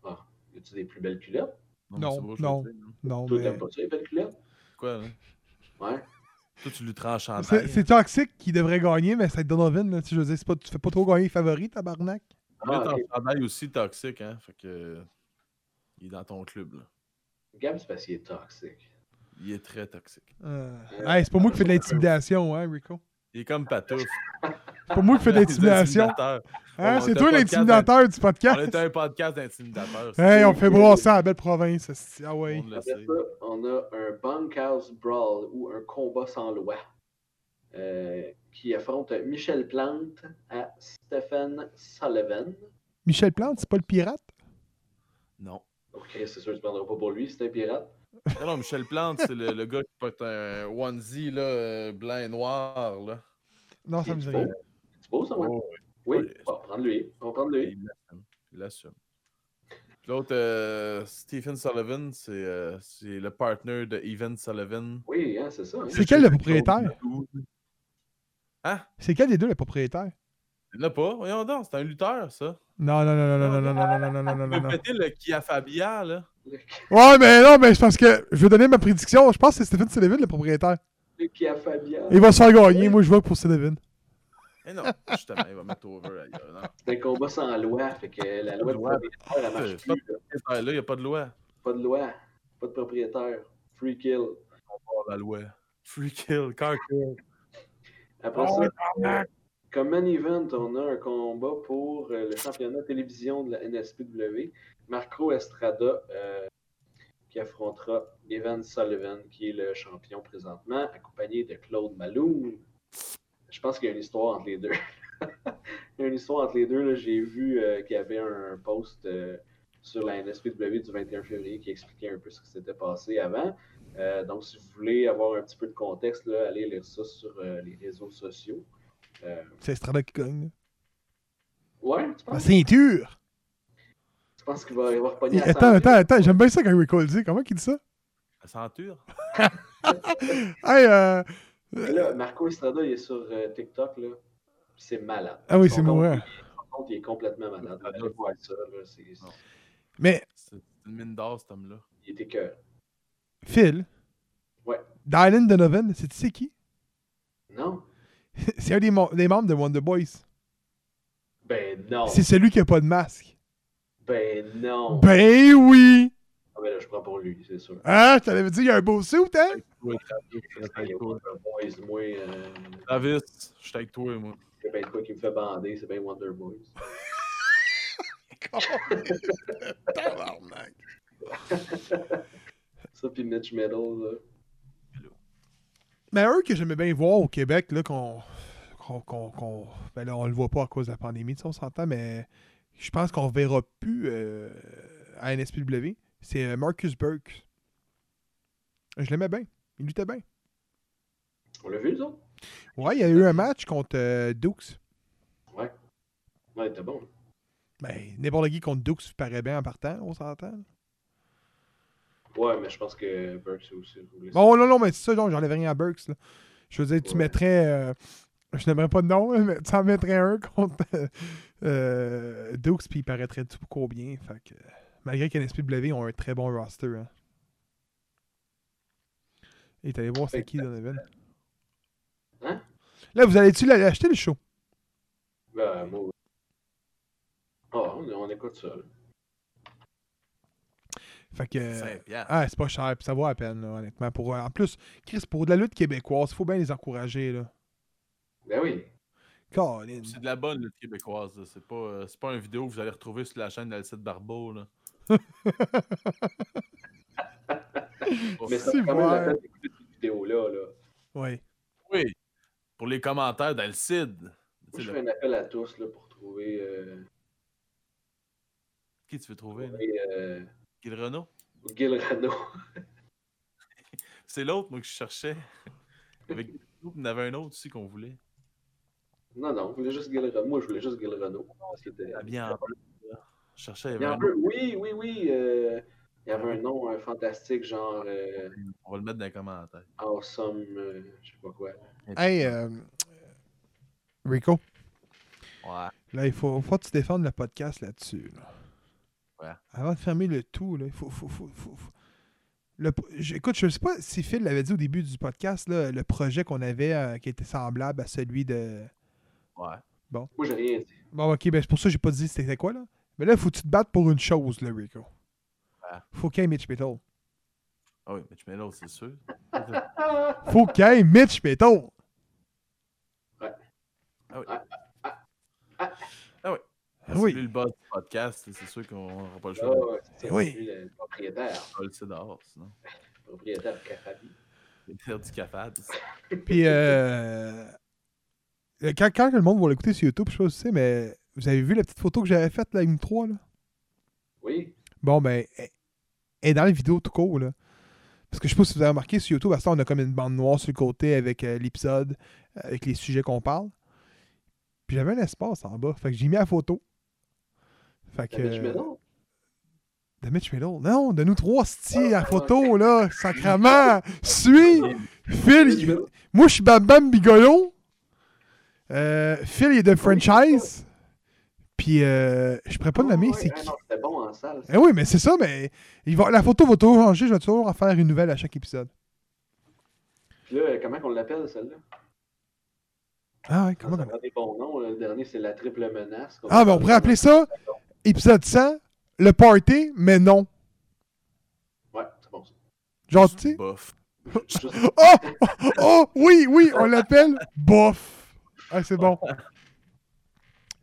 Speaker 1: Ah, y a-tu des plus belles culottes?
Speaker 4: mais
Speaker 2: Non,
Speaker 4: c'est beau, je
Speaker 2: non.
Speaker 4: le dis, hein.
Speaker 2: Non,
Speaker 1: Toi,
Speaker 2: mais.
Speaker 1: t'aimes pas ça, les belles culottes?
Speaker 4: Quoi, hein?
Speaker 1: Ouais.
Speaker 4: Toi, tu lui tranches en hein?
Speaker 2: C'est c'est toxique qui devrait gagner, mais c'est Donovan. Là, tu sais, je veux dire, c'est pas, tu fais pas trop gagner les favoris, tabarnak.
Speaker 1: Ah,
Speaker 4: ton
Speaker 1: ok.
Speaker 4: chandail aussi toxique, hein. Fait que. Il est dans ton club, là.
Speaker 1: Gab, c'est parce qu'il est toxique.
Speaker 4: Il est très toxique.
Speaker 2: Euh, hey, c'est pas moi qui fais de l'intimidation, hein, Rico.
Speaker 4: Il est comme Patouf.
Speaker 2: C'est pas moi qui fais de l'intimidation. Hein,
Speaker 4: On
Speaker 2: c'est
Speaker 4: était
Speaker 2: toi
Speaker 4: un
Speaker 2: l'intimidateur du
Speaker 4: On
Speaker 2: podcast.
Speaker 4: est un podcast d'intimidateurs. c'est
Speaker 2: Hey,
Speaker 4: tout
Speaker 2: on fait brasser à la belle province. esti. Ah
Speaker 4: le
Speaker 2: ouais.
Speaker 4: monde le
Speaker 1: Après
Speaker 4: sait.
Speaker 1: ça, on a un Bunkhouse Brawl ou un combat sans loi euh, qui affronte Michel Plante à Stephen Sullivan.
Speaker 2: Michel Plante, c'est pas le pirate?
Speaker 4: Non.
Speaker 1: Ok, c'est sûr, tu prendras pas pour lui, c'est un pirate.
Speaker 4: Non, Ah non, Michel Plante, c'est le, le gars qui porte un onesie là, euh, blanc et noir. Là.
Speaker 2: Non, Ah, ça me dit
Speaker 1: C'est
Speaker 2: rien.
Speaker 1: beau. C'est beau, ça, ouais?
Speaker 4: Oh,
Speaker 1: Oui,
Speaker 4: oui.
Speaker 1: on va prendre lui. On va prendre lui.
Speaker 4: Il l'assume. Il l'assume. Puis L'autre, euh, Stephen Sullivan, c'est euh, c'est le partner de Evan Sullivan.
Speaker 1: Oui, hein, c'est ça. hein.
Speaker 2: C'est quel le propriétaire?
Speaker 4: Hein?
Speaker 2: C'est quel des deux le propriétaire?
Speaker 4: Il n'y en a pas. Voyons donc, c'est un lutteur, ça.
Speaker 2: Non, non, non, non, non, non, non, non, non, non, non, non, non.
Speaker 4: C'était le Kia Fabia, là.
Speaker 2: Ouais, mais non, mais c'est parce que je vais donner ma prédiction. Je pense que c'est Stephen Sullivan le propriétaire.
Speaker 1: Le qui a Fabian.
Speaker 2: Il va se faire gagner. Moi, je vois pour Sullivan.
Speaker 4: Eh non, justement, il va mettre over ailleurs. Non.
Speaker 1: C'est un combat sans loi, fait que la loi de
Speaker 4: Ouais.
Speaker 1: propriétaire, elle marche
Speaker 4: C'est pas-
Speaker 1: plus. là.
Speaker 4: Ah, Là, il n'y a pas de loi.
Speaker 1: Pas de loi. Pas de propriétaire. Free kill.
Speaker 4: Oh, la loi. Free kill, car kill.
Speaker 1: Après ça, euh, comme main event, on a un combat pour euh, le championnat télévision de la NSPW. Marco Estrada euh, qui affrontera Evan Sullivan, qui est le champion présentement, accompagné de Claude Malou. Je pense qu'il y a une histoire entre les deux. Il y a une histoire entre les deux. là. J'ai vu euh, qu'il y avait un post euh, sur la NSPW du 21 février qui expliquait un peu ce qui s'était passé avant. Euh, donc, si vous voulez avoir un petit peu de contexte, là, allez lire ça sur euh, les réseaux sociaux. Euh,
Speaker 2: C'est Estrada qui gagne.
Speaker 1: ouais, tu
Speaker 2: La
Speaker 1: penses,
Speaker 2: ceinture!
Speaker 1: tu penses qu'il va y avoir pogné
Speaker 2: Et-
Speaker 1: à
Speaker 2: Attends,
Speaker 1: 100
Speaker 2: attends, attends, j'aime bien ça quand Rico le dit. Comment qu'il dit ça?
Speaker 4: La ceinture.
Speaker 2: Hey, euh,
Speaker 1: Et là, Marco Estrada, il est sur euh, TikTok, là. C'est malade.
Speaker 2: Ah oui,
Speaker 1: Son
Speaker 2: c'est
Speaker 1: compte,
Speaker 2: moi.
Speaker 1: Son compte, il est complètement malade. Vous allez voir ça, là, c'est-
Speaker 2: Mais
Speaker 4: C'est c'est une mine d'or, cet homme-là.
Speaker 1: Il était cœur.
Speaker 2: Phil,
Speaker 1: Ouais.
Speaker 2: Dylan Donovan, c'est tu sais qui?
Speaker 1: Non?
Speaker 2: C'est un des, mem- des membres de Wonder Boys.
Speaker 1: Ben non.
Speaker 2: C'est celui qui a pas de masque.
Speaker 1: Ben non.
Speaker 2: Ben oui!
Speaker 1: Ah, ben là, je prends pour lui, c'est sûr.
Speaker 2: Hein? Je t'avais dit, il y a un beau suit, hein?
Speaker 4: Ouais,
Speaker 1: Je suis avec Wonder Boys, moi, euh,
Speaker 4: Travis, je suis avec toi, moi.
Speaker 1: c'est bien de quoi qui me fait bander, c'est bien Wonder Boys.
Speaker 2: Tabarnak.
Speaker 1: Ça, puis Mitch Metal, là.
Speaker 2: Mais eux que j'aimais bien voir au Québec, là, qu'on. qu'on- qu'on- qu'on- ben là, on le voit pas à cause de la pandémie, tu sais, on s'entend, mais je pense qu'on verra plus euh, à NSPW. C'est euh, Marcus Burke. Je l'aimais bien. Il luttait bien.
Speaker 1: On l'a vu, les autres?
Speaker 2: Ouais, il y a eu un match contre euh, Dukes.
Speaker 1: Ouais. Ouais, il était bon.
Speaker 2: Ben, n'importe qui contre Dukes paraît bien en partant, on s'entend.
Speaker 1: Ouais, mais je pense que Burks aussi voulait ça.
Speaker 2: Bon, non, non, mais c'est ça, non, j'enlève rien à Burks. là. Je veux dire, tu
Speaker 1: Ouais.
Speaker 2: mettrais. euh, je n'aimerais pas de nom, là, mais tu en mettrais un contre euh, euh, Dukes, puis il paraîtrait tout combien. Fait que, malgré que NSPW ont un très bon roster. Hein. Et t'allais voir c'est qui, Donovan?
Speaker 1: Hein?
Speaker 2: Là, vous allez-tu l'a- l'acheter le show?
Speaker 1: Ben, moi, oui. Ah, on, on écoute ça, là.
Speaker 2: Fait que. euh,
Speaker 4: 5 piastres.
Speaker 2: Ah, c'est pas cher, puis ça vaut à peine, là, honnêtement. Pour, euh, en plus, Chris, pour de la lutte québécoise, faut bien les encourager, là.
Speaker 1: Ben oui.
Speaker 2: Colin.
Speaker 4: C'est de la bonne lutte québécoise. là. C'est pas, euh, c'est pas une vidéo que vous allez retrouver sur la chaîne d'Alcide Barbeau. Là.
Speaker 1: Mais ça
Speaker 2: C'est
Speaker 1: vaut quand même la
Speaker 2: vrai.
Speaker 1: peine d'écouter cette vidéo-là, là.
Speaker 2: Oui.
Speaker 4: Oui. Pour les commentaires d'Alcide.
Speaker 1: Moi,
Speaker 4: Tu
Speaker 1: je
Speaker 4: sais,
Speaker 1: fais
Speaker 4: le-
Speaker 1: un appel à tous, là, pour trouver... euh,
Speaker 4: Qui tu veux trouver? là?
Speaker 1: trouver, euh,
Speaker 4: Guy le Renault?
Speaker 1: Gil Rano.
Speaker 4: C'est l'autre, moi, que je cherchais. Avec il y en avait un autre aussi qu'on voulait.
Speaker 1: Non, non, je voulais juste Gil Renaud. Moi, je voulais juste Gil Renaud. Parce que c'était-
Speaker 4: Habillé en bleu, là. Je cherchais, il y
Speaker 1: Il y
Speaker 4: avait
Speaker 1: en
Speaker 4: un
Speaker 1: avait- Oui, oui, oui. euh, il y avait un nom euh, fantastique, genre euh,
Speaker 4: autre. On va le mettre dans les commentaires.
Speaker 1: Awesome, euh, je sais pas quoi.
Speaker 2: Hey, euh, Rico,
Speaker 4: Ouais.
Speaker 2: là, il faut, faut que tu défendes le podcast là-dessus. là.
Speaker 4: Ouais.
Speaker 2: Avant de fermer le tout, là, il faut. faut, faut, faut- faut- Le po- j- écoute, je sais pas si Phil l'avait dit au début du podcast, là, le projet qu'on avait euh, qui était semblable à celui de.
Speaker 4: Ouais.
Speaker 1: Moi, j'ai rien dit.
Speaker 2: Bon, ok, ben c'est pour ça que j'ai pas dit c'était quoi, là. Mais là, faut que tu te battes pour une chose, là, Rico.
Speaker 4: Ouais.
Speaker 2: Faut qu'il y ait Mitch Metal.
Speaker 4: Ah oui, mais tu mets l'autre, c'est sûr.
Speaker 2: Faut qu'il y ait Mitch Metal.
Speaker 4: Ah oui.
Speaker 2: Ah
Speaker 4: C'est
Speaker 2: oui.
Speaker 4: lui le boss du podcast, c'est sûr qu'on n'aura pas le
Speaker 1: Ah,
Speaker 4: choix de
Speaker 1: ouais, c'est ça,
Speaker 2: Eh Oui.
Speaker 1: c'est lui, Le propriétaire,
Speaker 4: mettre Alcide dehors, sinon.
Speaker 1: le propriétaire Cafabi.
Speaker 4: C'est faire du cafade.
Speaker 2: Puis, euh, euh, quand, quand le monde va l'écouter sur YouTube, je sais pas si c'est, mais vous avez vu la petite photo que j'avais faite, la M3, là?
Speaker 1: Oui.
Speaker 2: Bon, ben, elle elle est dans la vidéo tout court, là. Parce que je sais pas si vous avez remarqué, sur YouTube, à ce temps, on a comme une bande noire sur le côté avec euh, l'épisode, euh, avec les sujets qu'on parle. Puis j'avais un espace en bas, fait que j'ai mis la photo. Fait que...
Speaker 1: T'avais du mélange?
Speaker 2: De Mitch Riddle. Non, de nous trois, sti,
Speaker 1: Ah,
Speaker 2: la photo, là, sacrement. Suis, Phil.
Speaker 1: Mitch
Speaker 2: il-
Speaker 1: Riddle?
Speaker 2: Moi, je suis Bam Bam Bigolo. Euh, Phil,
Speaker 1: Ah
Speaker 2: il est de franchise. Puis, euh, je pourrais pas le nommer,
Speaker 1: Ah, ouais,
Speaker 2: c'est
Speaker 1: ah,
Speaker 2: qui.
Speaker 1: non, C'était bon en salle. ça.
Speaker 2: Eh oui, mais c'est ça, mais il va- la photo va toujours changer. Je vais toujours en faire une nouvelle à chaque épisode.
Speaker 1: Puis là, comment qu'on l'appelle, celle-là?
Speaker 2: Ah, ouais,
Speaker 1: Ça
Speaker 2: comment
Speaker 1: prend des bons noms. là. Le dernier, c'est la triple menace. qu'on
Speaker 2: Ah, ben, on
Speaker 1: appelle.
Speaker 2: pourrait appeler ça épisode 100, le party, mais non.
Speaker 1: Ouais, c'est bon, ça.
Speaker 2: Genre, tu sais.
Speaker 4: Bof.
Speaker 1: Juste-
Speaker 2: Oh! Oh! Oh! Oui, oui, on l'appelle Bof. Ah, c'est bon.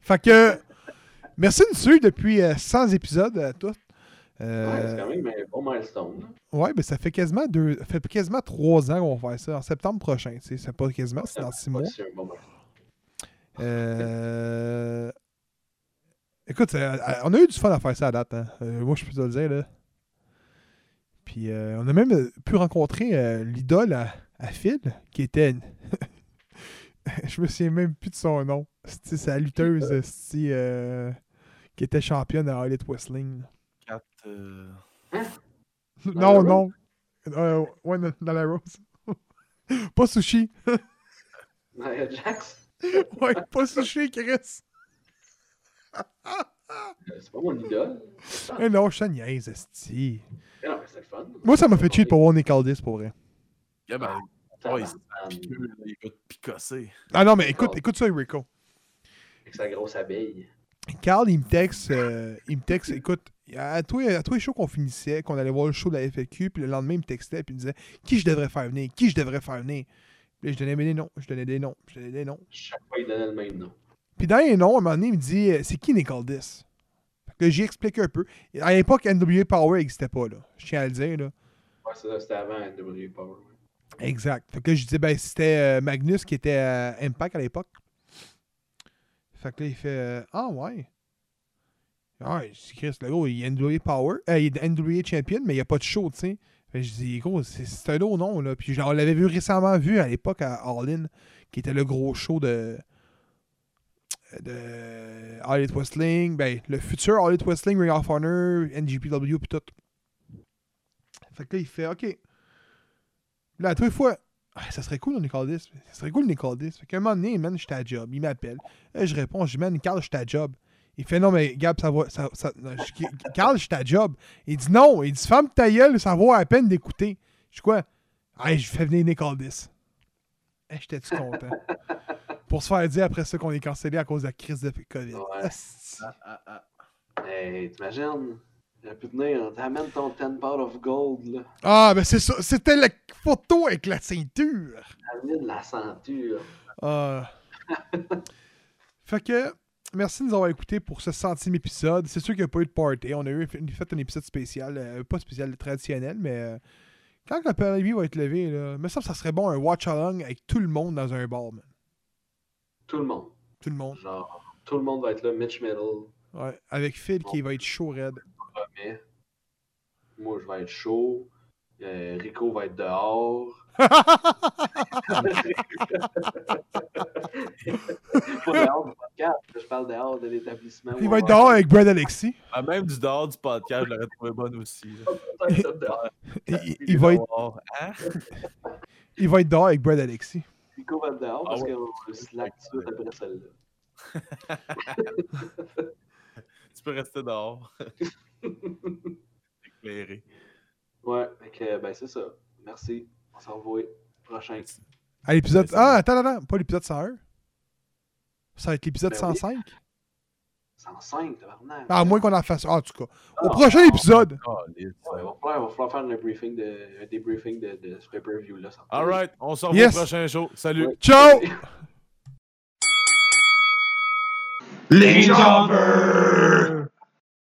Speaker 2: Fait que. Merci de nous suivre depuis euh, 100 épisodes à tous.
Speaker 1: ouais, c'est
Speaker 2: Euh,
Speaker 1: quand même un bon milestone.
Speaker 2: ouais, ben ça fait quasiment deux, ça fait quasiment trois ans qu'on va faire ça. En septembre prochain, tu sais, c'est pas quasiment, c'est dans six
Speaker 1: Ouais,
Speaker 2: mois.
Speaker 1: C'est un bon milestone.
Speaker 2: Euh... Écoute, euh, euh, on a eu du fun à faire ça à date. hein. Euh, moi, je peux te le dire. Là. Puis, euh, on a même euh, pu rencontrer euh, l'idole à, à Phil, qui était. une- je me souviens même plus de son nom. C'était sa lutteuse euh, c'ti, euh, qui était championne à All Elite Wrestling. là.
Speaker 4: 4. Euh...
Speaker 2: Non,
Speaker 1: Nyla
Speaker 2: non. Euh, ouais, dans- dans la rose. pas sushi.
Speaker 1: Nia Jax,
Speaker 2: Ouais, pas sushi, Chris.
Speaker 1: euh, c'est pas mon idole.
Speaker 2: Eh non, je te niaise, esti.
Speaker 1: Mais non, mais c'est le fun.
Speaker 2: Moi, ça m'a fait chier de pas voir Nick Aldis, pour vrai.
Speaker 4: Yeah, ben,
Speaker 1: Tabarnak,
Speaker 4: Ouais, piqueux, les gars de picossé.
Speaker 2: Ah non, mais écoute,
Speaker 1: Oh.
Speaker 2: écoute ça, Rico.
Speaker 1: Avec sa grosse abeille.
Speaker 2: Carl, il me texte, euh, il me texte, écoute, à tous, à tous les shows qu'on finissait, qu'on allait voir le show de la FAQ, puis le lendemain, il me textait, puis il me disait qui je devrais faire venir, qui je devrais faire venir. Puis je donnais des noms, je donnais des noms, je donnais des noms.
Speaker 1: Chaque fois, il donnait le même nom.
Speaker 2: Puis dans les noms, à un moment donné, il me dit euh, c'est qui Nick Aldis Fait que j'y explique un peu. À l'époque, NWA Power n'existait pas, là. Je tiens à le dire, là.
Speaker 1: Ouais, c'est ça, c'était avant NWA Power. ouais.
Speaker 2: Exact. Fait que là, je dis, ben, c'était euh, Magnus qui était à Impact à l'époque. Fait que là, il fait, euh, ah ouais. Ah, je dis, Chris, le gros, il est NWA Power, euh, il est NWA Champion, mais il n'y a pas de show, tu sais. Fait que je dis, gros, c'est c'est un autre nom, là. Puis genre, on l'avait vu récemment vu à l'époque à All In, qui était le gros show de. de All Elite Wrestling, ben, le futur All Elite Wrestling, Ring of Honor, NGPW, puis tout. Fait que là, il fait, ok. Là, à tous les fois, Ah, ça serait cool, le Nicaldis. Ça serait cool, le Nicaldis. Fait qu'à un moment donné, man, j'étais à job. Il m'appelle. Là, je réponds, je dis, man, Carl, j'étais à job. Il fait, non, mais Gab, ça va. Ça, ça- non, je- Carl, j'étais à job. Il dit, non. Il dit, femme ta gueule, ça vaut à peine d'écouter. Je dis, quoi? Ah, je fais venir Nicaldis. Hey, J'étais-tu content? Pour se faire dire après ça qu'on est cancellé à cause de la crise de COVID.
Speaker 1: Ouais.
Speaker 2: Asti.
Speaker 4: Ah, ah, ah.
Speaker 1: Hey, t'imagines? J'aurais pu tenir, t'amènes ton 10 bar of gold, là.
Speaker 2: Ah, ben c'est ça. C'était la photo avec la ceinture.
Speaker 1: T'amènes la ceinture.
Speaker 2: Ah. fait que, merci de nous avoir écoutés pour ce centième épisode. C'est sûr qu'il n'y a pas eu de party. On a eu fait un épisode spécial, euh, pas spécial, traditionnel, mais euh, quand la pandémie va être levée, là, me semble que ça serait bon un watch-along avec tout le monde dans un bar, man.
Speaker 1: Tout le monde.
Speaker 2: Tout le monde.
Speaker 1: Genre, tout le monde va être là. Mitch Middle,
Speaker 2: Ouais, avec Phil qui va être chaud raide.
Speaker 1: Romet. Moi, je vais être chaud. Euh, Rico va être dehors. Pas dehors du podcast. Je parle dehors de l'établissement.
Speaker 2: Il va être dehors avec Brad Alexis.
Speaker 4: Ah, même du dehors du podcast, je l'aurais trouvé bonne aussi. là.
Speaker 1: Peut-être dehors.
Speaker 2: Il, il- il va être,
Speaker 4: Dehors, hein?
Speaker 2: il va être dehors avec Brad Alexis.
Speaker 1: Rico va être dehors parce
Speaker 4: Ah ouais.
Speaker 1: qu'on slack tout de suite après celle-là.
Speaker 4: Tu peux rester dehors. Éclairé.
Speaker 1: Ouais, fait que, ben c'est ça. Merci. On s'en revoit. Prochain.
Speaker 2: À l'épisode.
Speaker 4: Ouais, c'est
Speaker 2: Ah, attends,
Speaker 4: bon.
Speaker 2: attends, pas l'épisode 101. Ça va être l'épisode
Speaker 1: Ben oui.
Speaker 2: 105.
Speaker 1: 105, tabarnak.
Speaker 2: À moins qu'on en fasse. Ah, en tout cas. Au
Speaker 1: Ah,
Speaker 2: prochain épisode.
Speaker 4: Oh, les-
Speaker 1: Ouais, il va falloir, il va falloir faire un briefing de, un débriefing de, de ce pay-per-view là.
Speaker 4: All right, on se revoit
Speaker 2: Yes.
Speaker 4: au prochain show. Salut.
Speaker 1: Ouais.
Speaker 2: Ciao!
Speaker 6: Les jambeurs